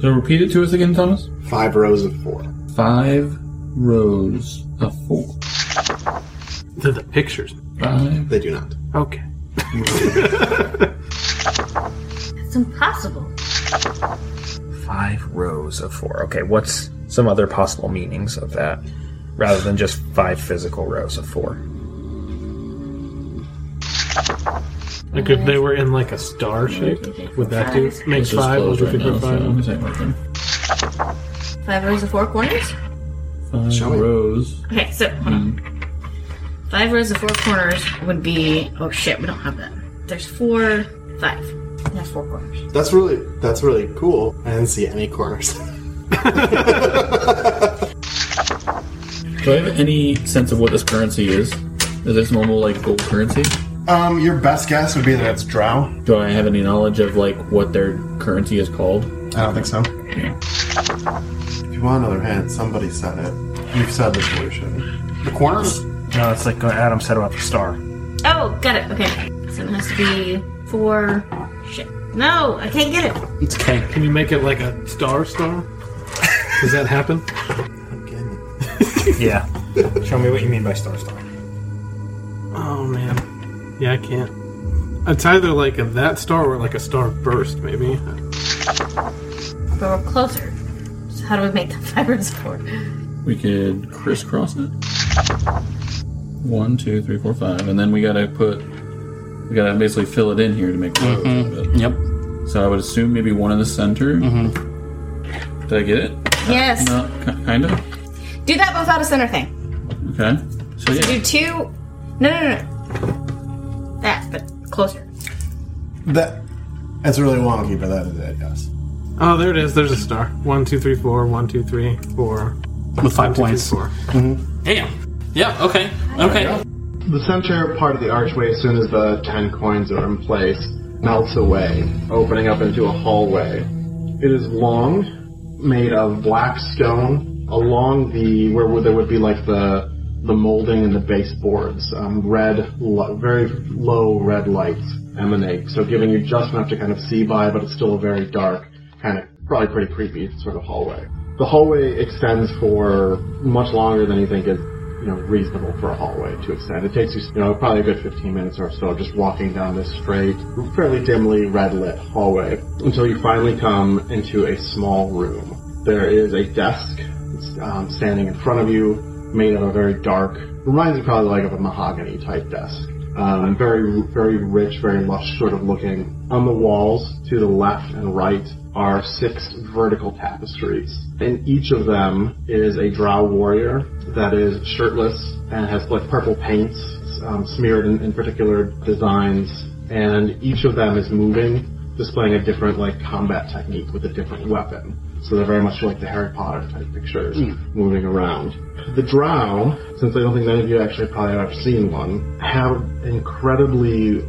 [SPEAKER 9] So repeat it to us again, Thomas.
[SPEAKER 11] Five rows of four.
[SPEAKER 9] Five rows of four.
[SPEAKER 3] To the pictures.
[SPEAKER 9] Five.
[SPEAKER 11] They do not.
[SPEAKER 3] Okay.
[SPEAKER 2] It's impossible.
[SPEAKER 12] Five rows of four. Okay, what's some other possible meanings of that? Rather than just five physical rows of four.
[SPEAKER 3] Like if they were in like a star shape, would that do make
[SPEAKER 9] This is
[SPEAKER 3] five? Would
[SPEAKER 9] closed
[SPEAKER 3] you
[SPEAKER 9] right
[SPEAKER 3] think
[SPEAKER 9] now,
[SPEAKER 3] we're
[SPEAKER 9] so
[SPEAKER 3] five?
[SPEAKER 9] I'm gonna take my thing.
[SPEAKER 2] Five rows of four corners?
[SPEAKER 9] Five
[SPEAKER 11] Shall we?
[SPEAKER 9] rows. Hmm.
[SPEAKER 2] Okay, so hold on. Five rows of four corners would be. Oh shit, we don't have that. There's four, five. That's four corners.
[SPEAKER 11] That's really that's really cool. I didn't see any corners.
[SPEAKER 9] Do I have any sense of what this currency is? Is this normal like gold currency?
[SPEAKER 11] um, your best guess would be that it's drow.
[SPEAKER 9] Do I have any knowledge of like what their currency is called?
[SPEAKER 11] I don't think so. If you want another hint, somebody said it. You've said the solution. The corners?
[SPEAKER 12] No, it's like what Adam said about the star.
[SPEAKER 2] Oh, got it. Okay. So it has to be four. Shit. No, I can't get it.
[SPEAKER 6] It's okay.
[SPEAKER 3] Can you make it like a star star? Does that happen?
[SPEAKER 12] Yeah.
[SPEAKER 8] Show me what you mean by star star.
[SPEAKER 3] Oh man. Yeah, I can't. It's either like a that star or like a star burst, maybe.
[SPEAKER 2] But we're closer. So how do we make the five rows of four?
[SPEAKER 9] We could crisscross it. One, two, three, four, five, and then we gotta put. We gotta basically fill it in here to make rows out of it.
[SPEAKER 6] Yep.
[SPEAKER 9] So I would assume maybe one in the center. Mm-hmm. Did I get it?
[SPEAKER 2] Yes.
[SPEAKER 9] No, ki- kind of.
[SPEAKER 2] Do that without a center thing.
[SPEAKER 9] Okay. So yeah,
[SPEAKER 2] Do two. No, no, no, no. That, but closer.
[SPEAKER 11] That that's really wonky, but that is it. Yes.
[SPEAKER 3] Oh, there it is. There's a star. One, two, three, four. One, two, three, four.
[SPEAKER 6] With
[SPEAKER 3] One,
[SPEAKER 6] five
[SPEAKER 3] two,
[SPEAKER 6] points.
[SPEAKER 3] three, four.
[SPEAKER 6] Damn. Yeah, okay. Okay.
[SPEAKER 11] The center part of the archway, as soon as the ten coins are in place, melts away, opening up into a hallway. It is long, made of black stone. Along the where would- there would be like the the molding and the baseboards, um, red, lo- very low red lights emanate, so giving you just enough to kind of see by, but it's still a very dark, kind of probably pretty creepy sort of hallway. The hallway extends for much longer than you think is you know, reasonable for a hallway to extend. It takes you, you know, probably a good 15 minutes or so just walking down this straight, fairly dimly red lit hallway until you finally come into a small room. There is a desk it's, um, standing in front of you, made of a very dark, reminds you probably like of a mahogany type desk. Um, very, very rich, very lush sort of looking. On the walls to the left and right are six vertical tapestries. And each of them is a drow warrior that is shirtless and has like purple paints um, smeared in, in particular designs. And each of them is moving, displaying a different like combat technique with a different weapon. So they're very much like the Harry Potter type pictures moving around. The drow, since I don't think none of you actually probably have ever seen one, have incredibly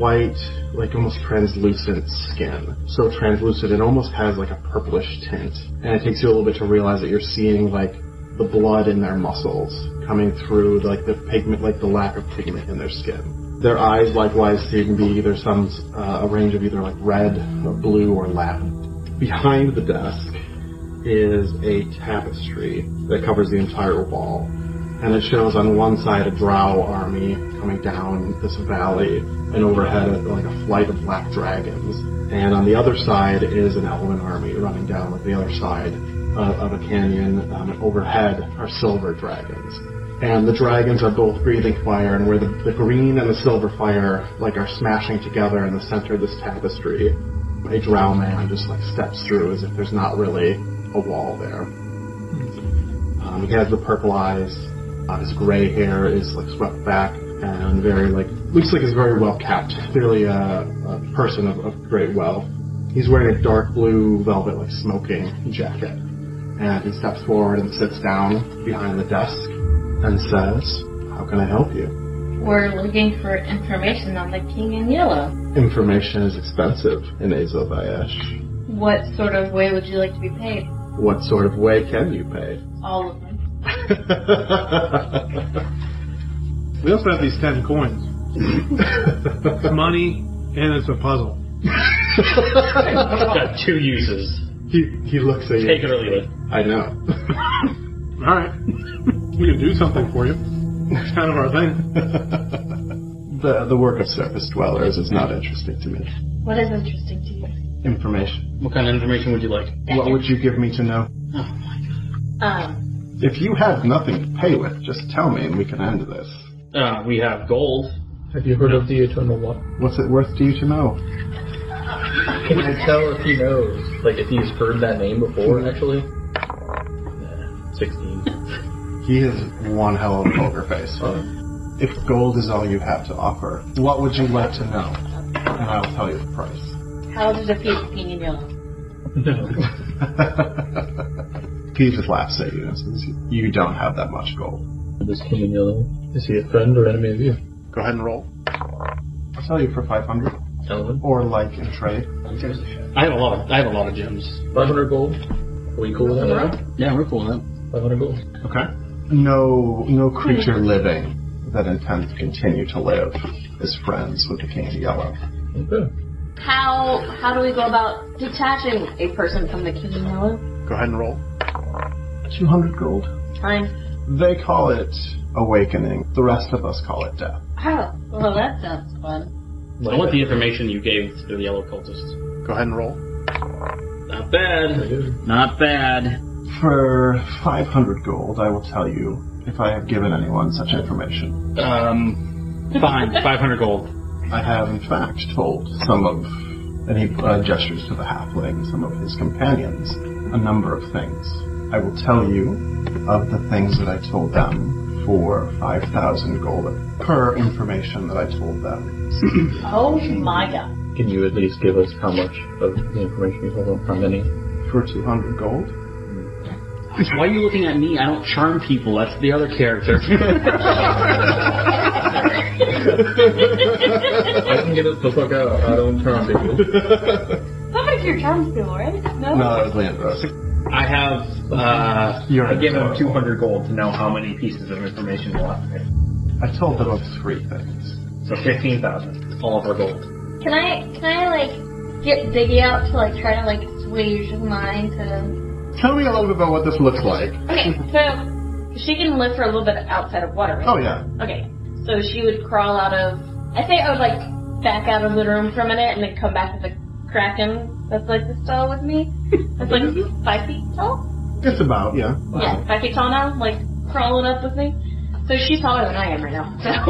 [SPEAKER 11] white, like almost translucent skin. So translucent it almost has like a purplish tint. And it takes you a little bit to realize that you're seeing like the blood in their muscles coming through like the pigment like the lack of pigment in their skin.
[SPEAKER 1] Their eyes likewise seem to be either some uh, a range of either like red or blue or latin. Behind the desk is a tapestry that covers the entire wall, and it shows on one side a drow army coming down this valley, and overhead a- like a flight of black dragons, and on the other side is an elven army running down like the other side of, of a canyon. Um, and overhead are silver dragons and the dragons are both breathing fire, and where the, the green and the silver fire like are smashing together in the center of this tapestry, a drow man just like steps through as if there's not really a wall there. Um, he has the purple eyes. Uh, his gray hair is like swept back and very like looks like he's very well kept. Clearly a, a person of, of great wealth. He's wearing a dark blue velvet like smoking jacket, and he steps forward and sits down behind the desk and says, "How can I help you?"
[SPEAKER 2] We're looking for information on the King in Yellow.
[SPEAKER 1] Information is expensive in Azovayesh.
[SPEAKER 2] What sort of way would you like to be paid?
[SPEAKER 1] What sort of way can you pay?
[SPEAKER 2] All of them.
[SPEAKER 3] We also have these ten coins. it's money and it's a puzzle.
[SPEAKER 6] Got two uses.
[SPEAKER 1] He, he looks at you.
[SPEAKER 6] Take it or leave it.
[SPEAKER 1] I know.
[SPEAKER 3] All right, we can do something for you. It's kind of our thing.
[SPEAKER 1] The the work of surface dwellers is not interesting to me.
[SPEAKER 2] What is interesting to you?
[SPEAKER 1] Information.
[SPEAKER 6] What kind of information would you like?
[SPEAKER 1] What would you give me to know?
[SPEAKER 2] Oh, Um,
[SPEAKER 1] If you have nothing to pay with, just tell me and we can end this.
[SPEAKER 6] Uh, we have gold.
[SPEAKER 11] Have you heard of the eternal law?
[SPEAKER 1] What's it worth to you to know?
[SPEAKER 11] Can I tell if he knows? Like if he's heard that name
[SPEAKER 1] Hmm.
[SPEAKER 11] before, actually? Nah, Sixteen.
[SPEAKER 1] He is one hell of a poker face. If gold is all you have to offer, what would you like to know? And I will tell you the price.
[SPEAKER 2] how to defeat the King in Yellow?
[SPEAKER 11] No.
[SPEAKER 1] he just laughs at you and says, "You don't have that much gold."
[SPEAKER 11] This king in yellow. Is he a friend or enemy of you?
[SPEAKER 1] Go ahead and roll. I'll sell you for five hundred,
[SPEAKER 11] Gentlemen.
[SPEAKER 1] or like in trade.
[SPEAKER 6] I have a lot. Of, I have a lot of gems.
[SPEAKER 11] Five hundred gold. Are we cool with that now?
[SPEAKER 6] Yeah, we're cool with
[SPEAKER 11] Five hundred gold.
[SPEAKER 1] Okay. No, no creature living that intends to continue to live is friends with the King of Yellow.
[SPEAKER 11] Okay.
[SPEAKER 2] How how do we go about detaching a person from the King in Yellow?
[SPEAKER 1] Go ahead and roll. Two hundred gold.
[SPEAKER 2] Fine.
[SPEAKER 1] They call it awakening. The rest of us call it death.
[SPEAKER 2] Oh, well that sounds fun.
[SPEAKER 6] I want the information you gave to the yellow cultist.
[SPEAKER 1] Go ahead and roll.
[SPEAKER 6] Not bad. Not bad.
[SPEAKER 1] For 500 gold, I will tell you if I have given anyone such information.
[SPEAKER 6] Um, fine. Five hundred gold.
[SPEAKER 1] I have, in fact, told some of, and he uh, gestures to the halfling, some of his companions, a number of things. I will tell you of the things that I told them for 5,000 gold per information that I told them.
[SPEAKER 2] Oh my god.
[SPEAKER 11] Can you at least give us how much of the information you told him? How many?
[SPEAKER 1] For 200 gold?
[SPEAKER 6] Why are you looking at me? I don't charm people. That's the other character.
[SPEAKER 11] I can get us the fuck out. I don't trust you.
[SPEAKER 2] Somebody here charms people, right? No?
[SPEAKER 1] No, that was Leandros.
[SPEAKER 6] I have. Uh,
[SPEAKER 1] You're
[SPEAKER 7] I
[SPEAKER 1] a
[SPEAKER 7] give him
[SPEAKER 1] devil.
[SPEAKER 7] 200 gold to know how many pieces of information we'll have to pay.
[SPEAKER 1] I told them of three things.
[SPEAKER 7] So 15,000.
[SPEAKER 6] all of our gold.
[SPEAKER 2] Can I can I like get Diggy out to like try to like sway his mind to
[SPEAKER 1] Tell me a little bit about what this looks like.
[SPEAKER 2] Okay, so she can live for a little bit outside of water, right?
[SPEAKER 1] Oh, yeah.
[SPEAKER 2] Okay. So she would crawl out of I think I would like back out of the room for a minute and then come back to the Kraken that's like this tall with me. That's like five feet tall?
[SPEAKER 1] It's about, yeah.
[SPEAKER 2] Yeah, five feet tall now, like crawling up with me. So she's taller than I am right now. So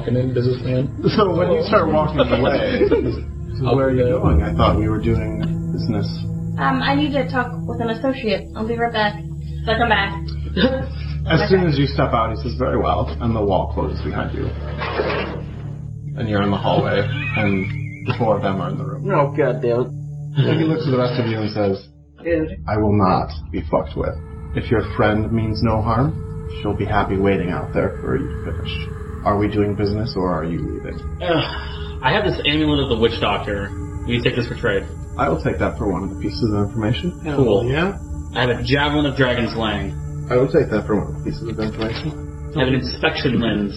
[SPEAKER 11] Walking in, businessman.
[SPEAKER 1] So when you start walking away, where are you
[SPEAKER 11] Up
[SPEAKER 1] going? I thought we were doing business.
[SPEAKER 2] Um, I need to talk with an associate. I'll be right back. So I come back.
[SPEAKER 1] As soon as you step out, he says, "Very well," and the wall closes behind you, and you're in the hallway, and the four of them are in the room.
[SPEAKER 13] Oh god damn.
[SPEAKER 1] And he looks at the rest of you and says,
[SPEAKER 2] Dude.
[SPEAKER 1] "I will not be fucked with. If your friend means no harm, she'll be happy waiting out there for you to finish. Are we doing business or are you leaving?
[SPEAKER 6] Ugh. I have this amulet of the witch doctor. We take this for trade.
[SPEAKER 1] I will take that for one of the pieces of information.
[SPEAKER 6] Cool.
[SPEAKER 3] Yeah.
[SPEAKER 6] I have a javelin of dragon's lang.
[SPEAKER 1] I will take that for one of the pieces of information.
[SPEAKER 6] I have an inspection lens.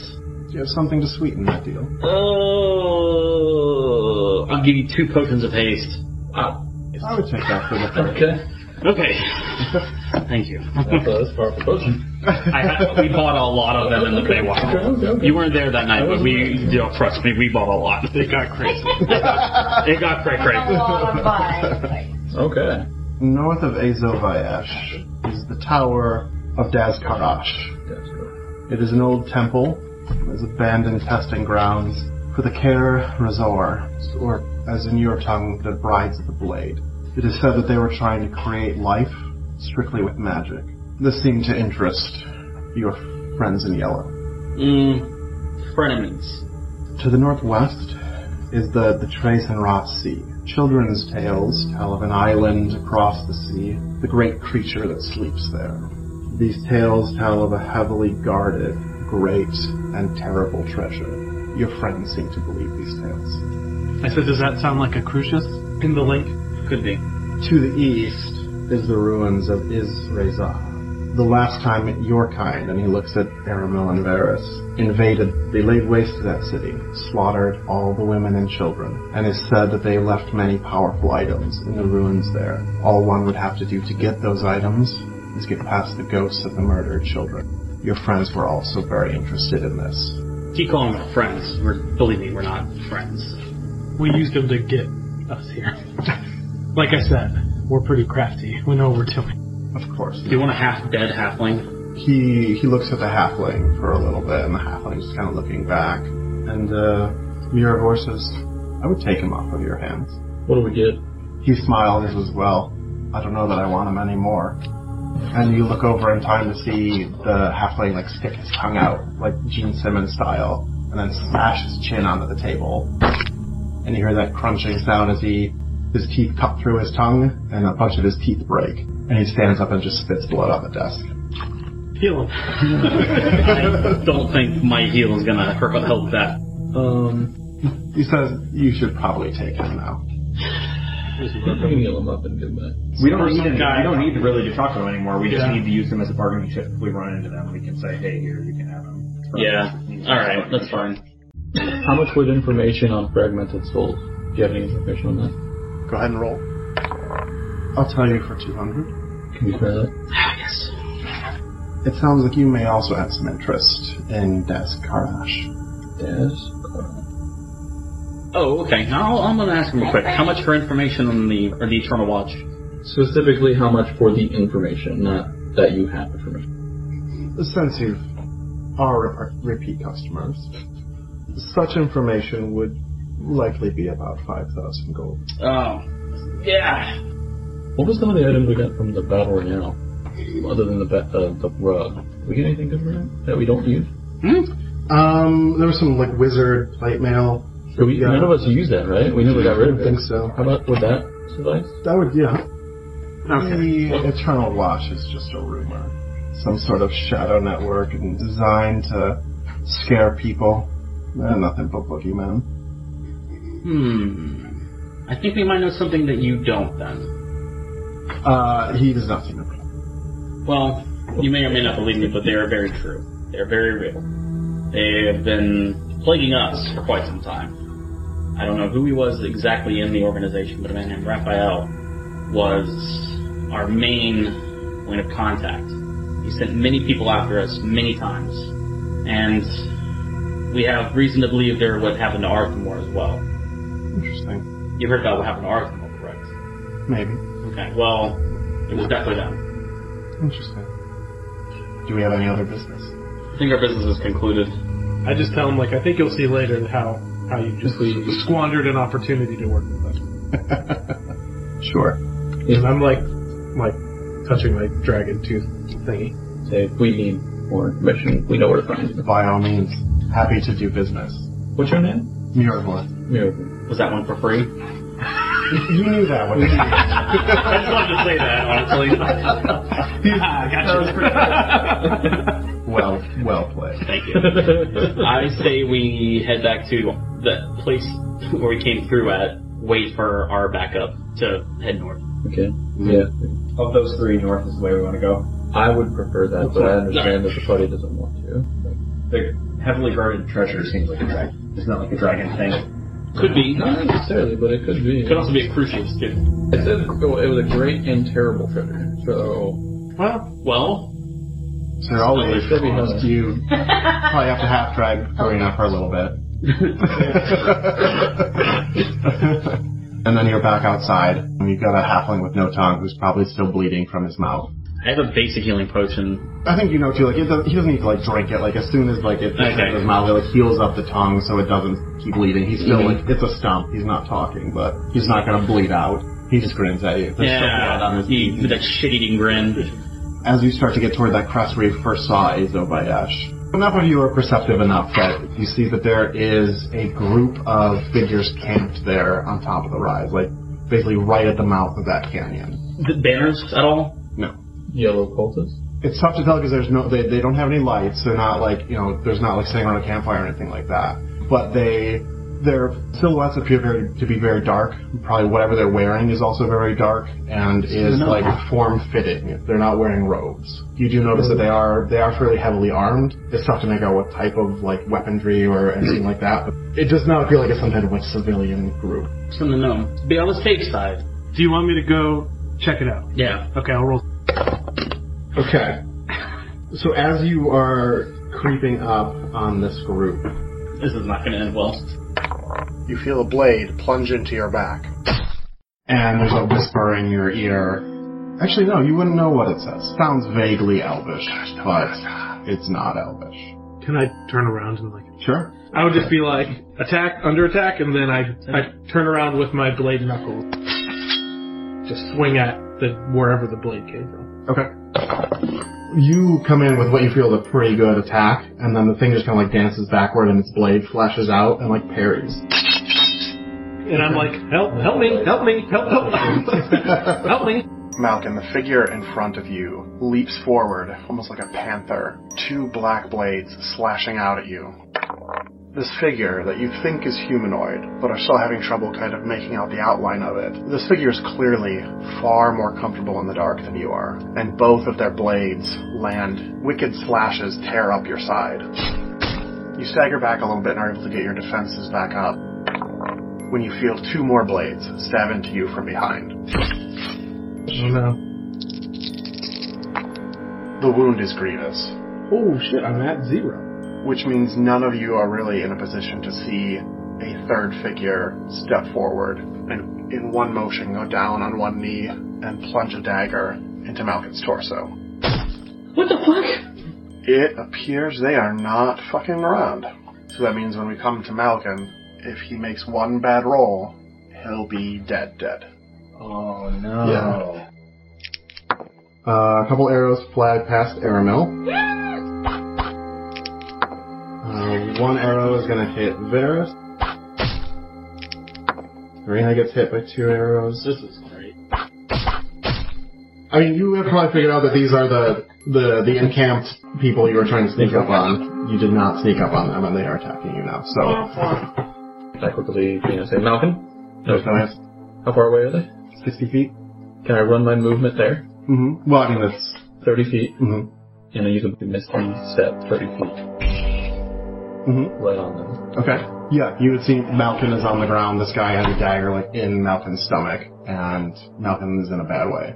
[SPEAKER 11] Do you have something to sweeten that deal?
[SPEAKER 6] Oh, I'll give you two potions of haste. Uh, Wow.
[SPEAKER 11] I would take that for the
[SPEAKER 6] Okay. Okay. Thank you. That's powerful potion. I had, we bought a lot of them in the Baywatch. You weren't there that night, but we, you know, trust me, we bought a lot. It got crazy. it got cray cray.
[SPEAKER 11] Okay. North of Azovayesh is the Tower of Dazkarash. It is an old temple. It is abandoned testing grounds for the Care Razor, or as in your tongue, the Brides of the Blade. It is said that they were trying to create life strictly with magic. This seemed to interest your friends in yellow.
[SPEAKER 6] Mm, frenemies.
[SPEAKER 11] To the northwest is the, the Trace and Ross Sea. Children's tales tell of an island across the sea, the great creature that sleeps there. These tales tell of a heavily guarded, great, and terrible treasure. Your friends seem to believe these tales.
[SPEAKER 3] I said, does that sound like a crucius in the link?
[SPEAKER 6] Could be.
[SPEAKER 11] To the east is the ruins of Izreza. The last time your kind, and he looks at Aramil and Varus, invaded, they laid waste to that city, slaughtered all the women and children, and is said that they left many powerful items in the ruins there. All one would have to do to get those items is get past the ghosts of the murdered children. Your friends were also very interested in this.
[SPEAKER 6] Keep calling them friends. We're, believe me, we're not friends.
[SPEAKER 3] We used them to get us here. like I said, we're pretty crafty. We know what we're doing.
[SPEAKER 11] Of course.
[SPEAKER 6] Do you want a half dead halfling?
[SPEAKER 11] He he looks at the halfling for a little bit, and the halfling's kind of looking back. And uh, Miravor says, "I would take him off of your hands."
[SPEAKER 9] What do we get?
[SPEAKER 11] He smiles as well. I don't know that I want him anymore. And you look over in time to see the halfling like stick his tongue out, like Gene Simmons style, and then smash his chin onto the table. And you hear that crunching sound as he his teeth cut through his tongue, and a bunch of his teeth break. And he stands up and just spits blood on the desk.
[SPEAKER 3] Heal
[SPEAKER 6] I don't think my heal is gonna hurt, help that.
[SPEAKER 11] Um, he says you should probably take him now.
[SPEAKER 9] heal him up and give him back.
[SPEAKER 8] We don't need to,
[SPEAKER 9] Guy.
[SPEAKER 8] we don't need to really to talk to them anymore. We just
[SPEAKER 9] Yeah.
[SPEAKER 8] need to use them as a bargaining chip. If we run into them, we can say, "Hey, here, you can have them."
[SPEAKER 6] Yeah. All right. That's fine.
[SPEAKER 9] How much with information on fragmented souls? Do you have any information on that?
[SPEAKER 11] Go ahead and roll. I'll tell you for 200.
[SPEAKER 9] Can you try that?
[SPEAKER 6] Yes.
[SPEAKER 11] It sounds like you may also have some interest in Des Karash.
[SPEAKER 6] Oh, okay. Now I'm gonna ask him real quick. How much for information on the or the Eternal Watch?
[SPEAKER 9] Specifically, how much for the information, not that you have information.
[SPEAKER 11] Since you are rep- repeat customers, such information would likely be about 5,000 gold.
[SPEAKER 6] Oh, yeah.
[SPEAKER 9] What was some of the items we got from the battle royale, other than the ba- uh, the rug? We get anything good from that that we don't use?
[SPEAKER 11] Um, there was some like wizard plate mail.
[SPEAKER 9] So we- none of us use that, right? We never got rid of
[SPEAKER 11] I
[SPEAKER 9] it.
[SPEAKER 11] don't think so.
[SPEAKER 9] How about with that device?
[SPEAKER 11] That would, yeah. The Eternal Watch is just a rumor. Some sort of shadow network and designed to scare people. They're nothing but boogeymen.
[SPEAKER 6] Hmm. I think we might know something that you don't. Then.
[SPEAKER 11] Uh, he does not seem to
[SPEAKER 6] Well, you may or may not believe me, but they are very true. They are very real. They have been plaguing us for quite some time. I don't know who he was exactly in the organization, but a man named Raphael was our main point of contact. He sent many people after us many times, and we have reason to believe they're what happened to Arthmore as well.
[SPEAKER 11] Interesting.
[SPEAKER 6] You heard about what happened to Arthmore, correct?
[SPEAKER 11] Maybe.
[SPEAKER 6] Okay, well, it was definitely them.
[SPEAKER 11] Interesting. Do we have any other business?
[SPEAKER 6] I think our business is concluded.
[SPEAKER 3] I just tell him like I think you'll see later how how you just squandered an opportunity to work with us.
[SPEAKER 11] Sure.
[SPEAKER 3] And I'm like like touching my dragon tooth thingy.
[SPEAKER 9] Say if we need more information, we know where to find you.
[SPEAKER 11] By all means, happy to do business.
[SPEAKER 9] What's your name?
[SPEAKER 11] Miracle.
[SPEAKER 9] Miracle.
[SPEAKER 6] Was that one for free?
[SPEAKER 11] You knew that one.
[SPEAKER 6] I just wanted to say that, honestly. Ah, gotcha.
[SPEAKER 11] well, well played.
[SPEAKER 6] Thank you. I say we head back to the place where we came through at, wait for our backup to head north. Mm-hmm.
[SPEAKER 9] Okay. Yeah.
[SPEAKER 8] Of those three, north is the way we want to go.
[SPEAKER 9] I would prefer that,
[SPEAKER 8] That's
[SPEAKER 9] but I
[SPEAKER 8] fine.
[SPEAKER 9] understand that the party doesn't want to.
[SPEAKER 8] The
[SPEAKER 6] heavily guarded treasure seems like a dragon. It's not like a dragon thing. Could be.
[SPEAKER 9] Not necessarily, but it could be.
[SPEAKER 6] Could also be a crucial student.
[SPEAKER 9] It said well, it was a great and terrible treasure, so
[SPEAKER 11] Well,
[SPEAKER 6] Well,
[SPEAKER 11] so they're always
[SPEAKER 9] That'd be nice.
[SPEAKER 11] you probably have to half drag Karina for a little bit. and then you're back outside, and you've got a halfling with no tongue who's probably still bleeding from his mouth.
[SPEAKER 6] I have a basic healing potion.
[SPEAKER 11] I think you know too. Like it does, he doesn't need to like drink it. Like as soon as like it hits
[SPEAKER 6] Okay.
[SPEAKER 11] his mouth, it like heals up the tongue so it doesn't keep bleeding. He's still like it's a stump. He's not talking, but he's not gonna bleed out. He just grins at you. There's still blood on
[SPEAKER 6] yeah,
[SPEAKER 11] his
[SPEAKER 6] he, with that shit-eating grin.
[SPEAKER 11] as you start to get toward that crest where you first saw Azo Bayash, enough of you are perceptive enough that you see that there is a group of figures camped there on top of the rise, like basically right at the mouth of that canyon.
[SPEAKER 6] The banners at all?
[SPEAKER 11] No.
[SPEAKER 9] yellow cultists.
[SPEAKER 11] It's tough to tell because there's no, they, they don't have any lights. They're not like, you know, there's not like sitting around a campfire or anything like that. But they, their silhouettes appear very, to be very dark. Probably whatever they're wearing is also very dark and is
[SPEAKER 6] No.
[SPEAKER 11] like form fitting. They're not wearing robes. You do notice that they are, they are fairly heavily armed. It's tough to make out what type of like weaponry or anything like that. But it does not feel like it's some kind of like civilian group.
[SPEAKER 6] Something to know. Be on the safe side.
[SPEAKER 3] Do you want me to go check it out?
[SPEAKER 6] Yeah.
[SPEAKER 3] Okay, I'll roll.
[SPEAKER 11] Okay. So as you are creeping up on this group,
[SPEAKER 6] This is not going to end well.
[SPEAKER 1] You feel a blade plunge into your back.
[SPEAKER 11] and there's a whisper in your ear. Actually, no, you wouldn't know what it says. Sounds vaguely elvish, but it's not elvish.
[SPEAKER 3] Can I turn around and like?
[SPEAKER 11] Sure.
[SPEAKER 3] I would just be like attack, under attack, and then I I turn around with my blade knuckles, just swing at the wherever the blade came from.
[SPEAKER 11] Okay. You come in with what you feel is a pretty good attack, and then the thing just kind of like dances backward, and its blade flashes out and like parries.
[SPEAKER 3] And I'm like, help, help me, help me, help, help, help me.
[SPEAKER 1] Malkin, the figure in front of you, leaps forward, almost like a panther, two black blades slashing out at you. This figure that you think is humanoid, but are still having trouble kind of making out the outline of it, this figure is clearly far more comfortable in the dark than you are, and both of their blades land. Wicked slashes tear up your side. You stagger back a little bit and are able to get your defenses back up when you feel two more blades stab into you from behind.
[SPEAKER 3] Oh no!
[SPEAKER 1] The wound is grievous,
[SPEAKER 3] Oh shit! I'm at zero.
[SPEAKER 1] which means none of you are really in a position to see a third figure step forward and, in one motion, go down on one knee and plunge a dagger into Malkin's torso.
[SPEAKER 6] What the fuck?
[SPEAKER 1] It appears they are not fucking around. So that means when we come to Malkin, if he makes one bad roll, he'll be dead, dead.
[SPEAKER 9] Oh
[SPEAKER 11] no. Uh, a couple arrows fly past Aramil. Uh, one arrow is going to hit Varus. Rena gets hit by two arrows.
[SPEAKER 6] This is great.
[SPEAKER 11] I mean, you have probably figured out that these are the the the encamped people you were trying to sneak up on. You did not sneak up on them, and they are attacking you now. So
[SPEAKER 9] Can I quickly you know, say, Malcolm?
[SPEAKER 11] there's no answer.
[SPEAKER 9] How far away are they?
[SPEAKER 11] Sixty feet.
[SPEAKER 9] Can I run my movement there?
[SPEAKER 11] Mm-hmm. Well, I mean that's.
[SPEAKER 9] Thirty feet.
[SPEAKER 11] Mm-hmm.
[SPEAKER 9] And then you can misty step thirty feet
[SPEAKER 11] Mm-hmm.
[SPEAKER 9] right on them.
[SPEAKER 11] Okay. Yeah, you would see Malkin is on the ground. This guy has a dagger like in Malkin's stomach, and Malkin is in a bad way.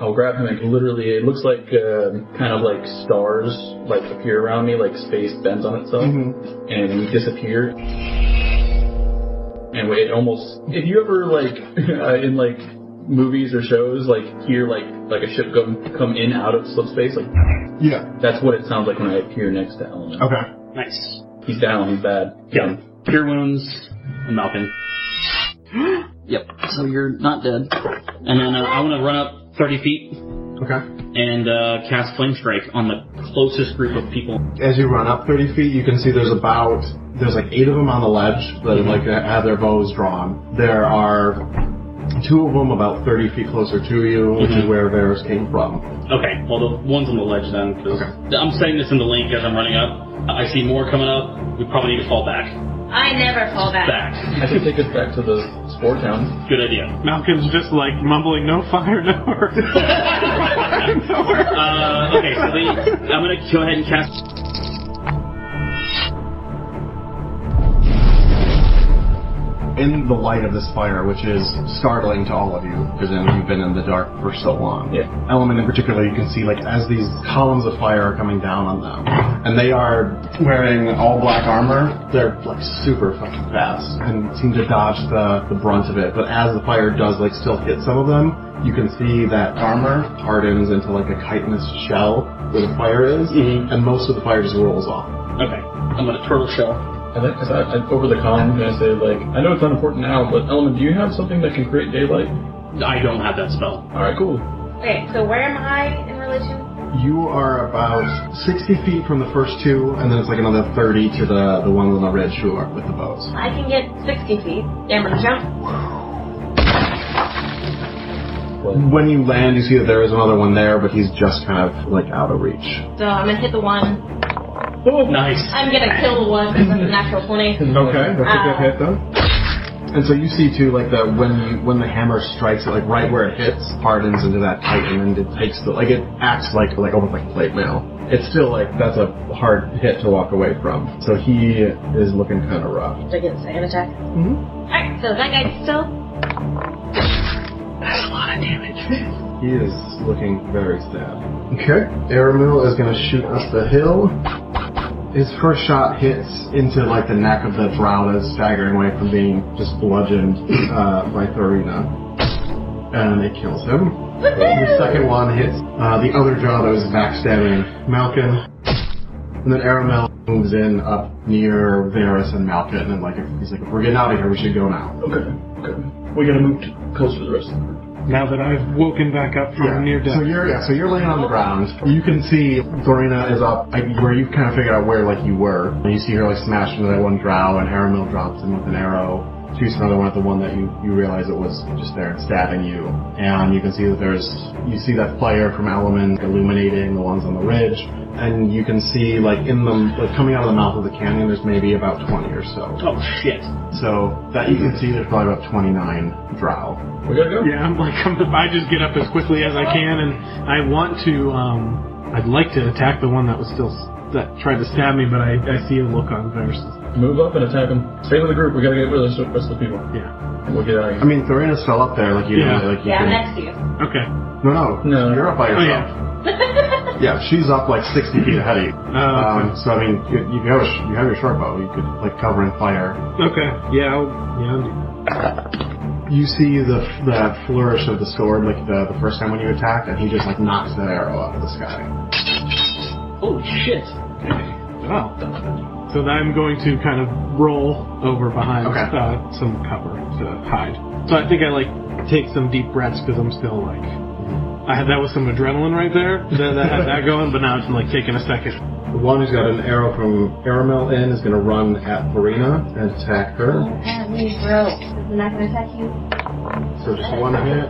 [SPEAKER 9] I'll grab him and literally it looks like um, kind of like stars like appear around me, like space bends on itself.
[SPEAKER 11] Mm-hmm.
[SPEAKER 9] and we disappeared. And it almost. If you ever like uh, in like movies or shows, like hear like like a ship come come in out of slip space, like
[SPEAKER 11] Yeah.
[SPEAKER 9] that's what it sounds like when I appear next to Element.
[SPEAKER 11] Okay.
[SPEAKER 6] Nice.
[SPEAKER 9] He's down. He's bad.
[SPEAKER 6] Yeah. Pure wounds. Malkin. yep. So you're not dead. And then uh, I want to run up 30 feet
[SPEAKER 11] Okay.
[SPEAKER 6] and uh, cast Flame Strike on the closest group of people.
[SPEAKER 11] As you run up 30 feet, you can see there's about there's like eight of them on the ledge that
[SPEAKER 3] Mm-hmm.
[SPEAKER 11] like have their bows drawn. There are two of them about 30 feet closer to you, which
[SPEAKER 3] Mm-hmm.
[SPEAKER 11] is where Varus came from.
[SPEAKER 6] Okay. Well, the one's on the ledge then. 'cause I'm saying this in the link as I'm running up. I see more coming up. We probably need to fall back.
[SPEAKER 2] I never fall back.
[SPEAKER 6] Back.
[SPEAKER 9] I should take us back to the sport town.
[SPEAKER 6] Good idea.
[SPEAKER 3] Malcolm's just like mumbling, "No fire, no hurt."
[SPEAKER 6] Uh, okay. So they, I'm gonna go ahead and cast
[SPEAKER 11] in the light of this fire, which is startling to all of you, because you've been in the dark for so long.
[SPEAKER 9] Yeah.
[SPEAKER 11] Element in particular, you can see like as these columns of fire are coming down on them, and they are wearing all black armor. They're like super fucking fast and seem to dodge the, the brunt of it. But as the fire does like still hit some of them, you can see that armor hardens into like a chitinous shell where the fire is, and most of the fire just rolls off.
[SPEAKER 6] Okay, I'm gonna turtle shell.
[SPEAKER 9] I think, cause I, I, over the comm, I'm gonna say like, I know it's not important now, but Element, do you have something that can create daylight?
[SPEAKER 6] I don't have that spell.
[SPEAKER 9] All right, cool.
[SPEAKER 2] Okay, so where am I in relation?
[SPEAKER 11] You are about 60 feet from the first two, and then it's like another 30 to the, the ones on the ridge who are with the bows.
[SPEAKER 2] I can get 60 feet. Yeah, I'm gonna jump.
[SPEAKER 11] When you land, you see that there is another one there, but he's just kind of like out of reach.
[SPEAKER 2] So I'm gonna hit the one.
[SPEAKER 6] Oh, nice.
[SPEAKER 2] I'm gonna kill the one because that's a natural Uh, 20.
[SPEAKER 11] Okay, that's a good hit though. And so you see too, like the when you, when the hammer strikes it, like right where it hits, hardens into that titan, and it takes the like it acts like like almost like plate mail. It's still like that's a hard hit to walk away from. So he is looking kind of rough.
[SPEAKER 2] Did I get the second attack?
[SPEAKER 11] Mhm.
[SPEAKER 2] Alright, so that guy's still.
[SPEAKER 11] He is looking very sad. Okay. Aramil is going to shoot up the hill. His first shot hits into like the neck of the drow that is staggering away from being just bludgeoned uh, by Thorina, and it kills him. The second one hits uh, the other drow that was backstabbing Malkin, and then Aramil moves in up near Varus and Malkin, and like he's like, "If we're getting out of here, we should go now."
[SPEAKER 4] Okay, okay. We gotta move closer to the rest of the group.
[SPEAKER 3] Now that I've woken back up from near death.
[SPEAKER 11] So you're yeah, so you're laying on the ground. You can see Thorina is up like, where you kind of figured out where like you were. And you see her like smashed into that one drow, and Haramil drops him with an arrow. Shoots another one at the one that you you realize it was just there and stabbing you. And you can see that there's you see that fire from Element illuminating the ones on the ridge. And you can see like in the like coming out of the mouth of the canyon, there's maybe about 20 or so.
[SPEAKER 6] Oh shit.
[SPEAKER 11] So that you can see there's probably about 29 drow.
[SPEAKER 9] We gotta go.
[SPEAKER 3] Yeah, I'm like I'm, I just get up as quickly as I can, and I want to. Um, I'd like to attack the one that was still that tried to stab me, but I, I see a look on Varus.
[SPEAKER 9] Move up and attack them. Stay with the group. We gotta get rid of the rest of the people.
[SPEAKER 3] Yeah.
[SPEAKER 9] We'll get out of here.
[SPEAKER 11] I mean, Thorina's still up there, like you
[SPEAKER 3] Yeah.
[SPEAKER 11] know, like you
[SPEAKER 2] Yeah, I'm
[SPEAKER 11] can-
[SPEAKER 2] next to you.
[SPEAKER 3] Okay.
[SPEAKER 11] No, no,
[SPEAKER 9] No.
[SPEAKER 11] You're up by
[SPEAKER 3] Oh
[SPEAKER 11] yourself.
[SPEAKER 3] yeah.
[SPEAKER 11] yeah. she's up like 60 feet ahead of you.
[SPEAKER 3] Uh,
[SPEAKER 11] Um, so I mean, you, you have a, sh- you have your short bow. You could like cover in fire.
[SPEAKER 3] okay. Yeah. I'll, yeah. I'll do that.
[SPEAKER 11] You see the the flourish of the sword, like the, the first time when you attacked, and he just like knocks that arrow out of the sky.
[SPEAKER 6] Oh shit.
[SPEAKER 3] Oh. So then I'm going to kind of roll over behind
[SPEAKER 11] Okay.
[SPEAKER 3] uh, some cover to hide. So I think I like take some deep breaths because I'm still like.
[SPEAKER 11] Mm-hmm.
[SPEAKER 3] I had that was some adrenaline right there that, that had that going, but now it's like taking a second.
[SPEAKER 11] The one who's got an arrow from Aramel in is going to run at Farina and attack her.
[SPEAKER 2] And we broke. Isn't that gonna attack you?
[SPEAKER 11] So just one hit.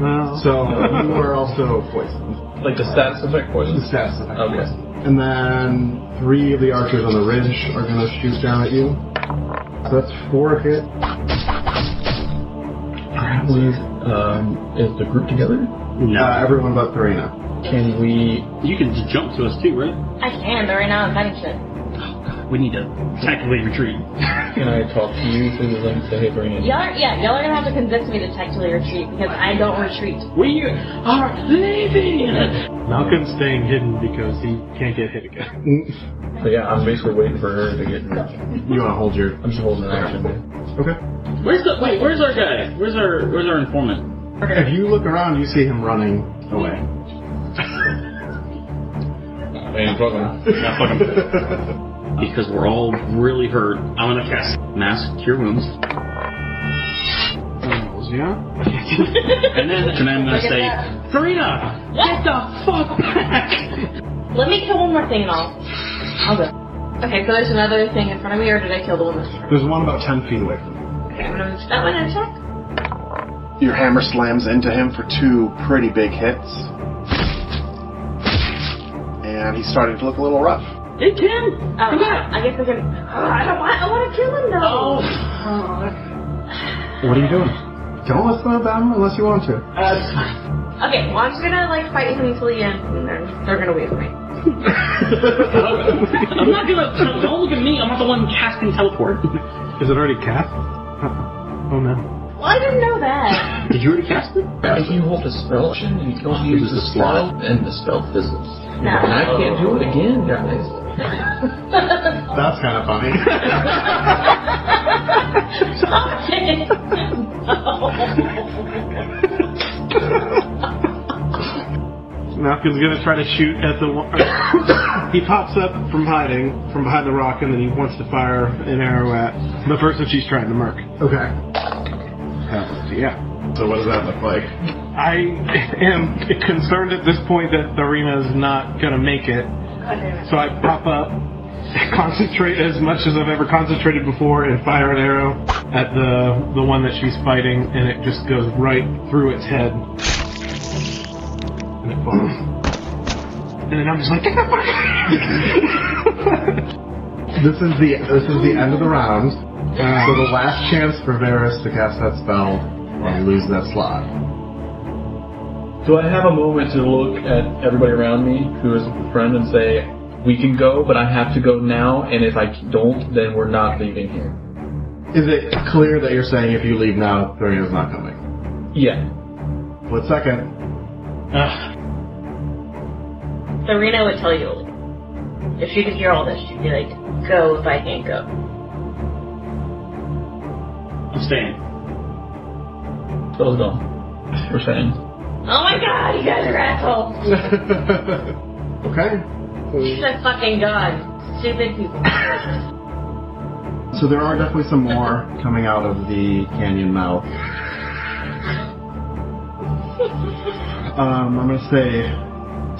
[SPEAKER 3] Well,
[SPEAKER 11] So you are also poisoned.
[SPEAKER 9] Like the status effect
[SPEAKER 11] The
[SPEAKER 9] poison.
[SPEAKER 11] status effect.
[SPEAKER 9] Okay.
[SPEAKER 11] And then three of the archers on the ridge are going to shoot down at you. So that's four hits.
[SPEAKER 9] Please, um, is the group together?
[SPEAKER 11] Uh, everyone but Thorina.
[SPEAKER 9] Can we?
[SPEAKER 6] You can just jump to us too, right?
[SPEAKER 2] I can, but right now I'm fighting shit.
[SPEAKER 6] We need to tactically retreat.
[SPEAKER 9] Can I talk to you through the link? Say, hey, bring it.
[SPEAKER 2] Y'all are, yeah, y'all are gonna have to convince me to tactically retreat because I don't retreat.
[SPEAKER 6] We are leaving.
[SPEAKER 3] Malcolm's staying hidden because he can't get hit again.
[SPEAKER 9] So yeah, I'm basically waiting for her to get. I'm
[SPEAKER 11] You want to hold your.
[SPEAKER 9] just holding an action.
[SPEAKER 11] Okay.
[SPEAKER 6] Where's the wait? Where's our guy? Where's our where's our informant?
[SPEAKER 11] If you look around, you see him running away.
[SPEAKER 9] I mean, fucking.
[SPEAKER 6] Not fucking. Because we're all really hurt. I'm gonna cast mask cure wounds,
[SPEAKER 3] Yeah.
[SPEAKER 6] and then and then I'm gonna say, Farina,
[SPEAKER 2] What the?
[SPEAKER 6] fuck back.
[SPEAKER 2] Let me kill one more thing and I'll. I'll go. Okay, so there's another thing in front of me, or did I kill the one that's in front of me?
[SPEAKER 11] There's one about 10 feet away from you.
[SPEAKER 2] Okay, I'm gonna move that one and attack.
[SPEAKER 1] Your hammer slams into him for two pretty big hits. And he's starting to look a little rough.
[SPEAKER 6] Hey Kim.
[SPEAKER 2] Oh, I guess I'm gonna. Oh, I don't want. I want to kill him though.
[SPEAKER 11] What are you doing? Oh. Don't listen to them unless you want to.
[SPEAKER 14] Uh,
[SPEAKER 2] Okay, well I'm just gonna like fight him until the end, and then they're gonna wait for me.
[SPEAKER 6] I'm not gonna. Don't look at me. I'm not the one casting teleport.
[SPEAKER 3] Is it already cast? Oh no.
[SPEAKER 2] Well, I didn't know that.
[SPEAKER 14] Did you already cast it? If you hold a spell option and you don't use the slot, and the spell fizzles.
[SPEAKER 2] No.
[SPEAKER 14] And I can't do it again, guys.
[SPEAKER 11] That's kind of funny.
[SPEAKER 2] Stop it.
[SPEAKER 3] Malcolm's gonna try to shoot at the. wa- he pops up from hiding from behind the rock, and then he wants to fire an arrow at the person she's trying to murk.
[SPEAKER 11] Okay.
[SPEAKER 3] Yeah.
[SPEAKER 11] So what does that look like?
[SPEAKER 3] I am concerned at this point that the arena is not gonna make it, so I pop up, concentrate as much as I've ever concentrated before, and fire an arrow at the the one that she's fighting, and it just goes right through its head, and it falls. And then I'm just like,
[SPEAKER 11] This is the this is the end of the round. so the last chance for Varus to cast that spell or lose that slot.
[SPEAKER 14] Do I have a moment to look at everybody around me who is a friend and say, we can go, but I have to go now, and if I don't, then we're not leaving here?
[SPEAKER 11] Is it clear that you're saying if you leave now, Thorina's not coming?
[SPEAKER 14] Yeah.
[SPEAKER 11] Split second.
[SPEAKER 2] Serena would tell you if she could hear all this, she'd be like, "Go if I can't go."
[SPEAKER 6] I'm staying.
[SPEAKER 14] Spells gone. We're saying.
[SPEAKER 2] Oh my god, you guys are assholes.
[SPEAKER 11] okay.
[SPEAKER 2] She's like fucking god. Stupid people.
[SPEAKER 11] So there are definitely some more coming out of the canyon mouth. Um, I'm gonna say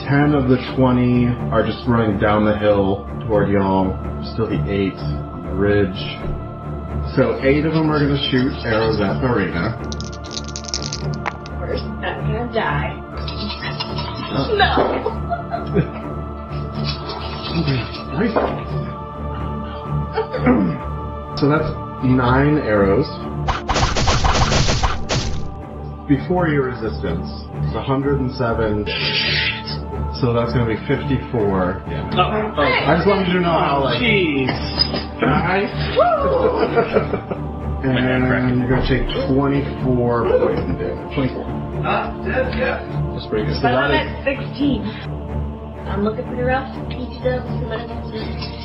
[SPEAKER 11] ten of the twenty are just running down the hill toward y'all. Still the eight on the ridge. So eight of them are gonna shoot arrows at the arena.
[SPEAKER 2] We're not gonna die.
[SPEAKER 11] Uh,
[SPEAKER 2] No.
[SPEAKER 11] So that's nine arrows. Before your resistance, it's 107. So that's going to be 54 damage. I just wanted you to know how, like. And you're going to take 24 poison damage. 24. That's pretty good. So
[SPEAKER 2] But I'm
[SPEAKER 11] that is,
[SPEAKER 2] at 16. I'm looking pretty rough. Peach does too much attention.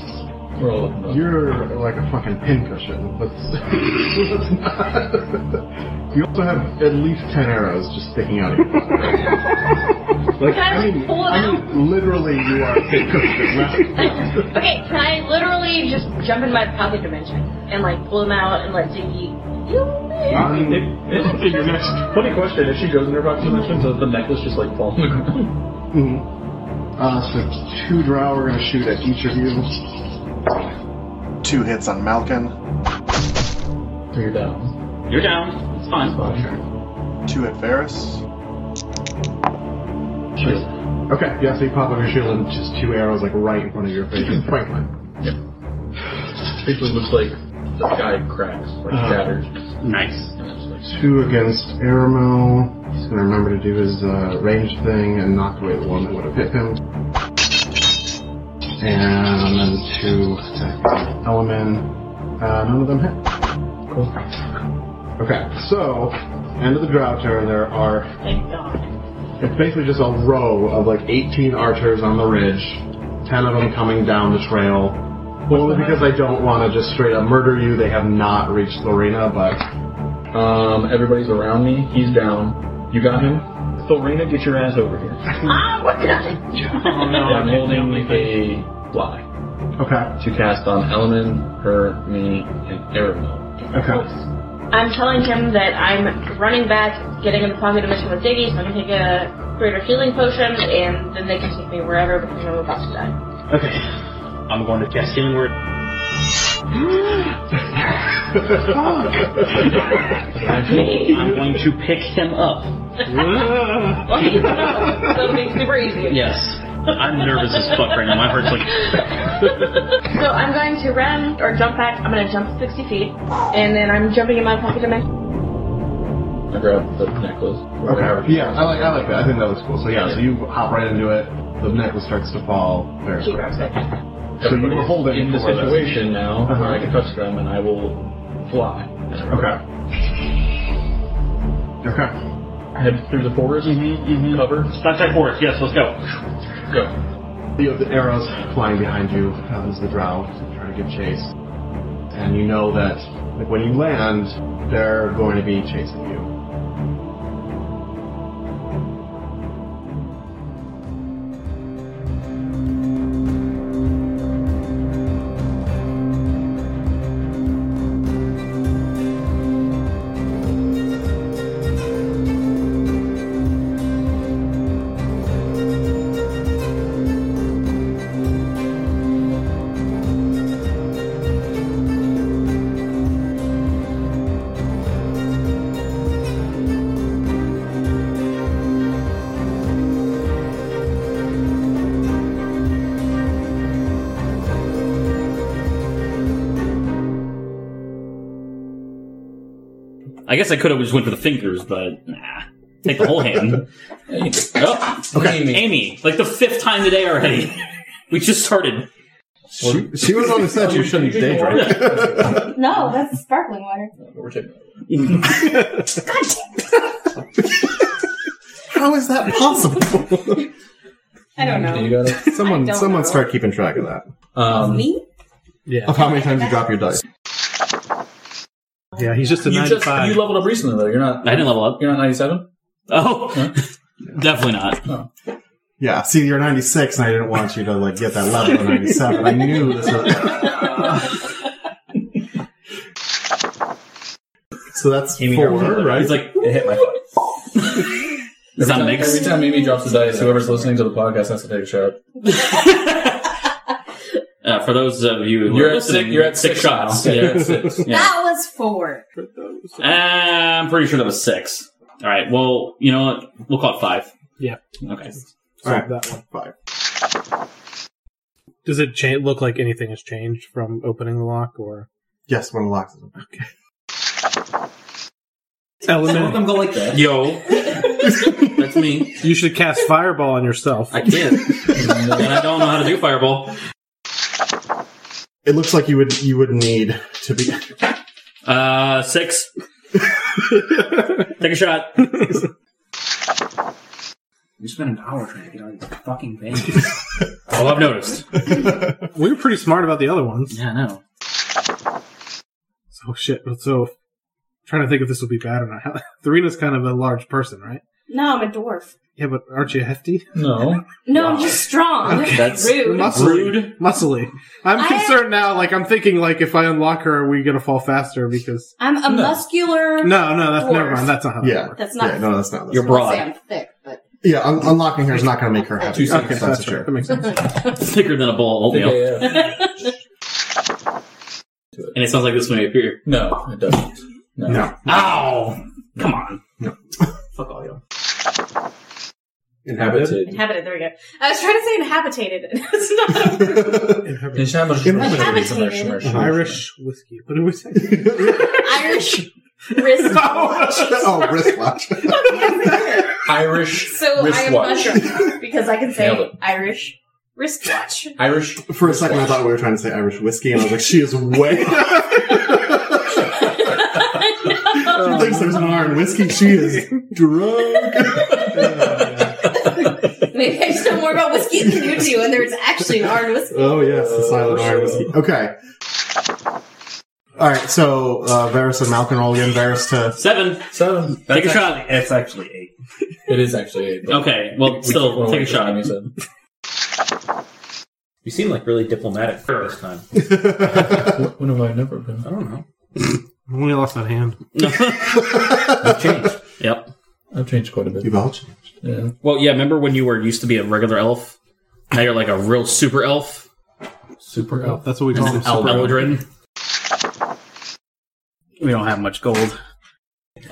[SPEAKER 11] you're like a fucking pincushion. Let's, let's not. You also have at least 10 arrows just sticking out of your body.
[SPEAKER 2] Can
[SPEAKER 11] Like,
[SPEAKER 2] I,
[SPEAKER 11] I
[SPEAKER 2] like,
[SPEAKER 11] mean,
[SPEAKER 2] pull it
[SPEAKER 11] I mean literally, you are a pincushion.
[SPEAKER 2] okay, can I literally just jump into my pocket dimension and like pull them out and let Ziggy?
[SPEAKER 14] If, your next funny question, if she goes in her box dimension, does the necklace just like fall on the ground?
[SPEAKER 11] Mhm. Uh, so two drow are going to shoot at each of you.
[SPEAKER 1] Two hits on Malkin.
[SPEAKER 14] So you're down.
[SPEAKER 6] You're down. It's fine.
[SPEAKER 1] Two at Varus.
[SPEAKER 11] Okay, yeah, so you pop up your shield and just two arrows like right in front of your face. Franklin.
[SPEAKER 14] Basically looks like the sky cracks, like
[SPEAKER 11] Uh.
[SPEAKER 14] shatters.
[SPEAKER 6] Nice.
[SPEAKER 11] Two against Aramel. He's going to remember to do his uh, range thing and knock away the one that would have hit him. And then two attack Element. Uh, none of them hit.
[SPEAKER 14] Cool.
[SPEAKER 11] Okay, so end of the drow turn. There are
[SPEAKER 2] Thank God.
[SPEAKER 11] It's basically just a row of like 18 archers on the ridge, 10 of them coming down the trail. Only because I don't want to just straight up murder you. They have not reached the arena, but
[SPEAKER 14] Um, everybody's around me. He's down. You got him? Thorina, get your ass over here.
[SPEAKER 2] Ah, what did I?
[SPEAKER 6] Oh no,
[SPEAKER 14] I'm holding a fly
[SPEAKER 11] okay,
[SPEAKER 14] to cast on Elemen, her, me, and Aramel.
[SPEAKER 11] okay,
[SPEAKER 2] I'm telling him that I'm running back, getting in the pocket dimension with Ziggy, so I can take a greater healing potion, and then they can take me wherever because I'm about to die.
[SPEAKER 11] okay.
[SPEAKER 6] I'm going to cast healing word. I'm going to pick him up.
[SPEAKER 2] Okay, no, that'll be super easy.
[SPEAKER 6] Yes. I'm nervous as fuck right now. My heart's like.
[SPEAKER 2] So I'm going to run or jump back. I'm going to jump 60 feet, and then I'm jumping in my pocket dimension.
[SPEAKER 14] I grab the necklace.
[SPEAKER 11] Okay. Yeah, I like I like that. I think that looks cool. So yeah, so you hop right into it. The necklace starts to fall. There.
[SPEAKER 2] She grabs it.
[SPEAKER 11] So you were holding
[SPEAKER 14] in the
[SPEAKER 11] for this.
[SPEAKER 14] situation now.
[SPEAKER 11] Uh-huh.
[SPEAKER 14] I can touch them and I will fly. Okay. Okay. Head through the forest cover.
[SPEAKER 6] Sunset Forest, yes, let's go.
[SPEAKER 14] Go.
[SPEAKER 11] You have the arrows flying behind you as the drow try to give chase. And you know that like when you land, they're going to be chasing you.
[SPEAKER 6] I guess I could have just went for the fingers, but nah. Take the whole hand. oh, Amy. like the fifth time today already. we just started.
[SPEAKER 11] She, she was on the set you shouldn't date, right?
[SPEAKER 2] No, that's sparkling water.
[SPEAKER 11] How is that possible?
[SPEAKER 2] I don't know. I
[SPEAKER 11] someone
[SPEAKER 2] don't
[SPEAKER 11] someone
[SPEAKER 2] know.
[SPEAKER 11] start keeping track of that.
[SPEAKER 2] Of me?
[SPEAKER 11] Um, Yeah. Of how many times you drop your dice.
[SPEAKER 3] Yeah, he's just a
[SPEAKER 9] you just
[SPEAKER 3] 95.
[SPEAKER 9] you leveled up recently though. You're not.
[SPEAKER 6] I didn't level up.
[SPEAKER 9] You're not 97.
[SPEAKER 6] Oh, definitely not.
[SPEAKER 11] Yeah, see, you're 96, and I didn't want you to like get that level of 97. I knew this was. so that's four, right?
[SPEAKER 9] He's like it hit my foot.
[SPEAKER 6] Is that
[SPEAKER 9] every, time,
[SPEAKER 6] mixed?
[SPEAKER 9] every time Amy drops the dice, whoever's listening to the podcast has to take a shot.
[SPEAKER 6] Uh, for those of you who
[SPEAKER 9] You're
[SPEAKER 6] are
[SPEAKER 9] at
[SPEAKER 6] listening,
[SPEAKER 9] six. You're at six
[SPEAKER 6] six, shots.
[SPEAKER 9] now.
[SPEAKER 6] Yeah,
[SPEAKER 9] You're at
[SPEAKER 6] six. Yeah.
[SPEAKER 2] That was four.
[SPEAKER 6] Uh, I'm pretty sure that was six. All right. Well, you know what? We'll call it five.
[SPEAKER 3] Yeah.
[SPEAKER 6] Okay.
[SPEAKER 11] All right.
[SPEAKER 3] that one.
[SPEAKER 11] Five.
[SPEAKER 3] Does it cha- look like anything has changed from opening the lock or
[SPEAKER 11] Yes, one locks. it.
[SPEAKER 9] Some of
[SPEAKER 3] element?
[SPEAKER 9] them go like that.
[SPEAKER 6] Yo, that's me.
[SPEAKER 3] You should cast fireball on yourself.
[SPEAKER 6] I can't, and I don't know how to do fireball.
[SPEAKER 11] It looks like you would you would need to be.
[SPEAKER 6] Uh, six. Take a shot.
[SPEAKER 8] We spent an hour trying to get out of these fucking veins.
[SPEAKER 6] Oh, I've noticed.
[SPEAKER 3] We were pretty smart about the other ones.
[SPEAKER 6] Yeah, I know.
[SPEAKER 3] So shit. So trying to think if this will be bad or not. Therena's kind of a large person, right?
[SPEAKER 2] No, I'm a dwarf.
[SPEAKER 3] Yeah, but aren't you hefty?
[SPEAKER 9] No,
[SPEAKER 2] No, I'm just strong.
[SPEAKER 3] Okay.
[SPEAKER 9] That's-
[SPEAKER 2] rude.
[SPEAKER 3] Muscly. Muscly. I'm
[SPEAKER 2] I-
[SPEAKER 3] concerned now. Like I'm thinking, like if I unlock her, are we gonna fall faster? Because
[SPEAKER 2] I'm a muscular.
[SPEAKER 3] no, no, that's
[SPEAKER 2] Dwarf.
[SPEAKER 3] never mind. That's not how. that
[SPEAKER 11] Yeah.
[SPEAKER 3] works.
[SPEAKER 2] That's not.
[SPEAKER 11] Yeah, no, that's not. That's
[SPEAKER 6] You're
[SPEAKER 11] not.
[SPEAKER 2] I'll say
[SPEAKER 6] broad,
[SPEAKER 2] I'm thick, but
[SPEAKER 11] Yeah, un- unlocking her is not going to make her happy.
[SPEAKER 9] Two
[SPEAKER 3] Okay,
[SPEAKER 11] That's
[SPEAKER 3] so that's
[SPEAKER 11] for
[SPEAKER 3] right.
[SPEAKER 11] sure.
[SPEAKER 3] That makes sense.
[SPEAKER 6] thicker than a bowl of
[SPEAKER 9] Yeah,
[SPEAKER 6] oatmeal,
[SPEAKER 9] yeah, yeah.
[SPEAKER 6] and it sounds like this one up here.
[SPEAKER 9] No, it doesn't. No.
[SPEAKER 11] No,
[SPEAKER 6] Ow! Come on.
[SPEAKER 9] Fuck all y'all.
[SPEAKER 2] inhabited. There we go. I was trying to say inhabitated. it's not.
[SPEAKER 9] Inhabited.
[SPEAKER 11] Inhabited.
[SPEAKER 3] Irish whiskey. What did we say?
[SPEAKER 2] Irish wrist.
[SPEAKER 11] oh, wristwatch.
[SPEAKER 9] Irish.
[SPEAKER 2] so I am
[SPEAKER 9] Wristwatch.
[SPEAKER 2] mushroom because I can
[SPEAKER 9] Nailed
[SPEAKER 2] say
[SPEAKER 9] it.
[SPEAKER 2] Irish wristwatch.
[SPEAKER 9] Irish.
[SPEAKER 11] For a second, I thought we were trying to say Irish whiskey, and I was like, she is way.
[SPEAKER 2] No.
[SPEAKER 11] She
[SPEAKER 9] Oh.
[SPEAKER 11] thinks there's an R in whiskey. She is drunk.
[SPEAKER 2] Maybe I just know more about whiskey than you do, and there's actually an R in whiskey.
[SPEAKER 11] Oh yes, the silent R in whiskey. Okay. All right, so uh, Varys and Malkin roll again. Varys to
[SPEAKER 6] Seven.
[SPEAKER 9] Seven.
[SPEAKER 6] Take a shot.
[SPEAKER 8] it's actually eight.
[SPEAKER 9] It is actually eight. but-
[SPEAKER 6] Okay. Well,
[SPEAKER 9] We keep
[SPEAKER 6] still
[SPEAKER 9] going
[SPEAKER 6] take a
[SPEAKER 9] with
[SPEAKER 6] shot.
[SPEAKER 9] Amy said.
[SPEAKER 8] You seem like really diplomatic for this time.
[SPEAKER 9] When- When have I never been?
[SPEAKER 8] I don't know.
[SPEAKER 3] We lost that hand.
[SPEAKER 8] You've changed.
[SPEAKER 6] Yep.
[SPEAKER 9] I've changed quite a bit.
[SPEAKER 11] you belch.
[SPEAKER 9] Yeah.
[SPEAKER 6] Well, yeah. Remember when you were used to be a regular elf? Now you're like a real super elf,
[SPEAKER 9] Super
[SPEAKER 3] Oh,
[SPEAKER 9] elf.
[SPEAKER 3] that's what we call them.
[SPEAKER 6] Al Eldrin. We don't have much gold.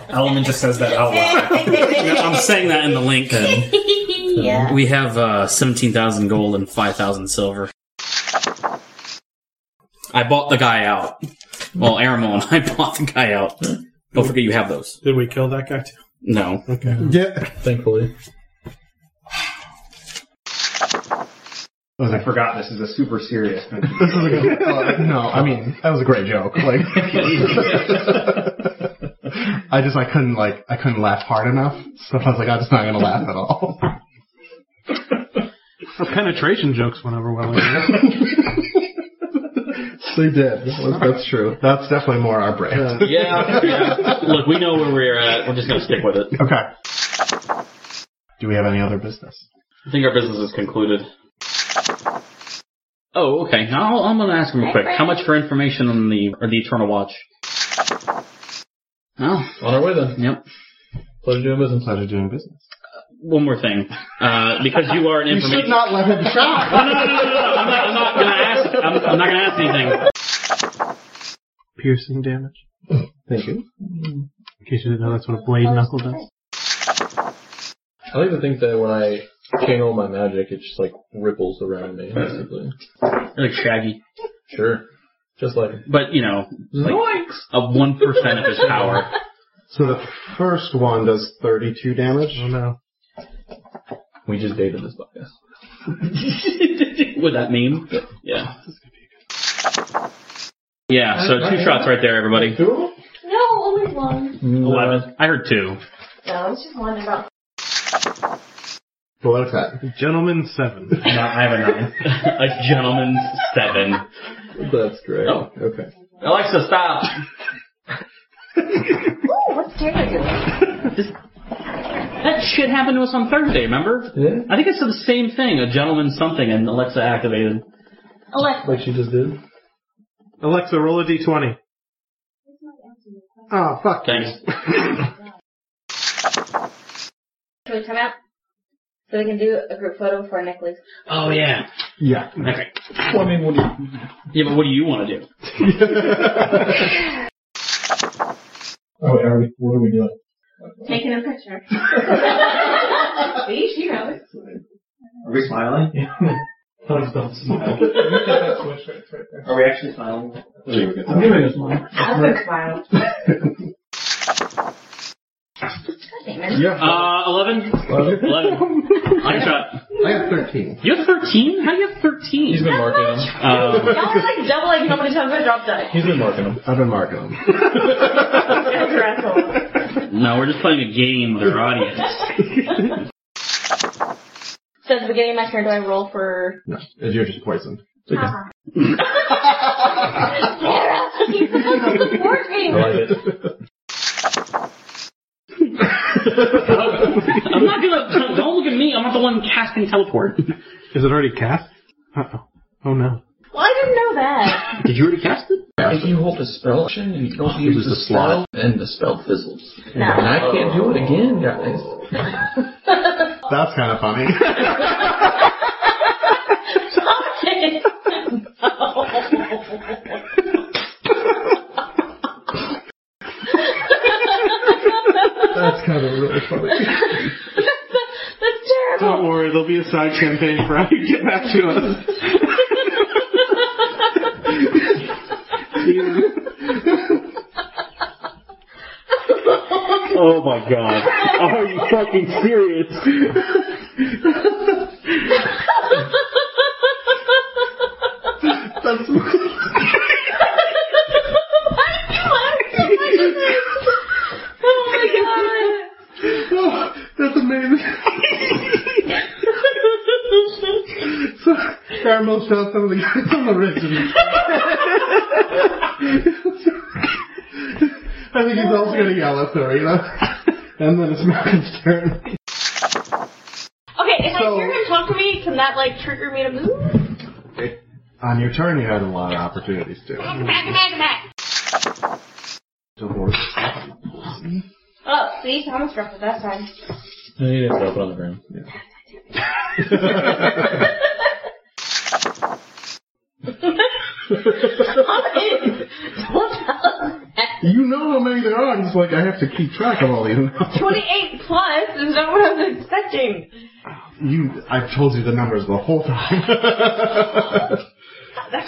[SPEAKER 8] Elman just says that out loud.
[SPEAKER 6] I'm saying that in the link.
[SPEAKER 2] yeah.
[SPEAKER 6] We have uh, 17,000 gold and 5,000 silver. I bought the guy out. Well, Aramon, I bought the guy out. Don't forget you have those.
[SPEAKER 3] Did we kill that guy too?
[SPEAKER 6] No.
[SPEAKER 3] Okay.
[SPEAKER 11] Yeah.
[SPEAKER 9] Thankfully.
[SPEAKER 11] Okay.
[SPEAKER 15] I forgot this is a super serious.
[SPEAKER 11] This is a good. Uh, no, I mean that was a great joke. Like, I just I couldn't like I couldn't laugh hard enough, so I was like I'm just not gonna laugh at all.
[SPEAKER 3] penetration jokes went over well.
[SPEAKER 11] they did. That's, that's true. That's definitely more our brand.
[SPEAKER 6] yeah, yeah. Look, we know where we're at. We're just gonna stick with it.
[SPEAKER 11] Okay. Do we have any other business?
[SPEAKER 6] I think our business is concluded. Oh, okay. I'll, I'm gonna ask him real quick. How much for information on the or the Eternal Watch? Oh,
[SPEAKER 14] on our way then.
[SPEAKER 6] Yep.
[SPEAKER 14] Pleasure doing business.
[SPEAKER 11] Pleasure doing business.
[SPEAKER 6] One more thing, uh, because you are an
[SPEAKER 11] You
[SPEAKER 6] information.
[SPEAKER 11] should not laugh at the shop.
[SPEAKER 6] no, no, no, no, no. I'm not. I'm not gonna ask. I'm, I'm not gonna ask anything.
[SPEAKER 3] Piercing damage.
[SPEAKER 11] Thank you.
[SPEAKER 3] In case you didn't know, that's what a blade knuckle does.
[SPEAKER 16] I like to think that when I channel my magic, it just like ripples around me, basically.
[SPEAKER 6] Like Shaggy.
[SPEAKER 16] Sure. Just like
[SPEAKER 6] But you know, like a one percent of his power.
[SPEAKER 11] So the first one does 32 damage. Oh
[SPEAKER 3] no.
[SPEAKER 16] we just dated this podcast.
[SPEAKER 6] Would that mean? Yeah. Yeah. So two shots right there, everybody.
[SPEAKER 2] No, only one.
[SPEAKER 6] Eleven. I heard two.
[SPEAKER 2] No, it's just one about.
[SPEAKER 11] But what is that?
[SPEAKER 3] Gentleman seven. no,
[SPEAKER 6] I have a nine. a gentleman seven.
[SPEAKER 16] That's great.
[SPEAKER 6] Oh.
[SPEAKER 16] Okay.
[SPEAKER 6] Alexa, stop.
[SPEAKER 2] Ooh, what's Taylor
[SPEAKER 6] That shit happened to us on Thursday. Remember?
[SPEAKER 16] Yeah.
[SPEAKER 6] I think it's the same thing. A gentleman something, and Alexa activated.
[SPEAKER 2] Alexa.
[SPEAKER 16] Like she just did.
[SPEAKER 3] Alexa, roll a d20. Oh fuck.
[SPEAKER 6] Thanks.
[SPEAKER 2] Should we come out? So we can do a group photo for our necklace.
[SPEAKER 6] Oh yeah.
[SPEAKER 11] Yeah.
[SPEAKER 6] Okay.
[SPEAKER 14] Well, I mean, what do you?
[SPEAKER 6] Yeah, but what do you want to do?
[SPEAKER 14] Oh, wait, are we, what are we doing?
[SPEAKER 2] Taking a picture. See, she knows.
[SPEAKER 15] Are we smiling? Are we actually smiling?
[SPEAKER 14] I'm giving a smile.
[SPEAKER 2] I'm gonna smile.
[SPEAKER 6] Uh, eleven. Eleven. I shot.
[SPEAKER 11] I have 13.
[SPEAKER 6] You have thirteen? How do you have thirteen? He's
[SPEAKER 14] been marking them.
[SPEAKER 2] Y'all are like doubling how many times I dropped that.
[SPEAKER 11] Um, He's been marking them. I've been marking them.
[SPEAKER 6] no, we're just playing a game with our audience.
[SPEAKER 2] So at the beginning of my turn, do I roll for?
[SPEAKER 11] No, you're just poisoned.
[SPEAKER 2] Ah. Sarah, you're supposed to support me.
[SPEAKER 6] I'm not gonna. Don't look at me. I'm not the one casting teleport.
[SPEAKER 3] Is it already cast? Uh oh. Oh no.
[SPEAKER 2] Well, I didn't know that.
[SPEAKER 6] Did you already cast it?
[SPEAKER 16] If you hold a spell action and you don't use the slot, and the spell fizzles.
[SPEAKER 2] No.
[SPEAKER 16] And I can't do it again, guys.
[SPEAKER 11] That's kind of funny.
[SPEAKER 3] That's kind of really funny.
[SPEAKER 2] That's terrible.
[SPEAKER 3] Don't worry, there'll be a side campaign for how you get back to us.
[SPEAKER 6] Oh my god. Are you fucking serious?
[SPEAKER 2] oh
[SPEAKER 11] That's amazing. so Caramel shot some of the guys on the ridge. I think he's also gonna yell at Serena. And then it's Malcolm's turn.
[SPEAKER 2] Okay, if
[SPEAKER 11] So-
[SPEAKER 2] I hear him talk to me, can that like trigger me to move?
[SPEAKER 11] On your turn, you had a lot of opportunities
[SPEAKER 2] Back,
[SPEAKER 11] to.
[SPEAKER 2] back, back.
[SPEAKER 11] Divorce.
[SPEAKER 2] Oh, see, Thomas dropped it that time.
[SPEAKER 16] No, you didn't drop it on the ground.
[SPEAKER 2] Thomas, don't tell us that.
[SPEAKER 11] You know how many there are. It's like I have to keep track of all these.
[SPEAKER 2] 28 plus is not what I was expecting.
[SPEAKER 11] You, I've told you the numbers the whole time.
[SPEAKER 2] That's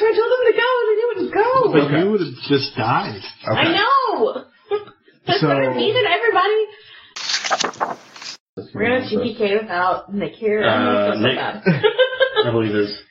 [SPEAKER 2] why I told him to go, and then he would just go.
[SPEAKER 3] But you would have just died.
[SPEAKER 2] I know. That's what I
[SPEAKER 3] So-
[SPEAKER 2] needed, everybody. We're gonna cheeky cave out, and they care.
[SPEAKER 6] Uh,
[SPEAKER 2] so
[SPEAKER 6] Nick.
[SPEAKER 2] bad.
[SPEAKER 6] I believe is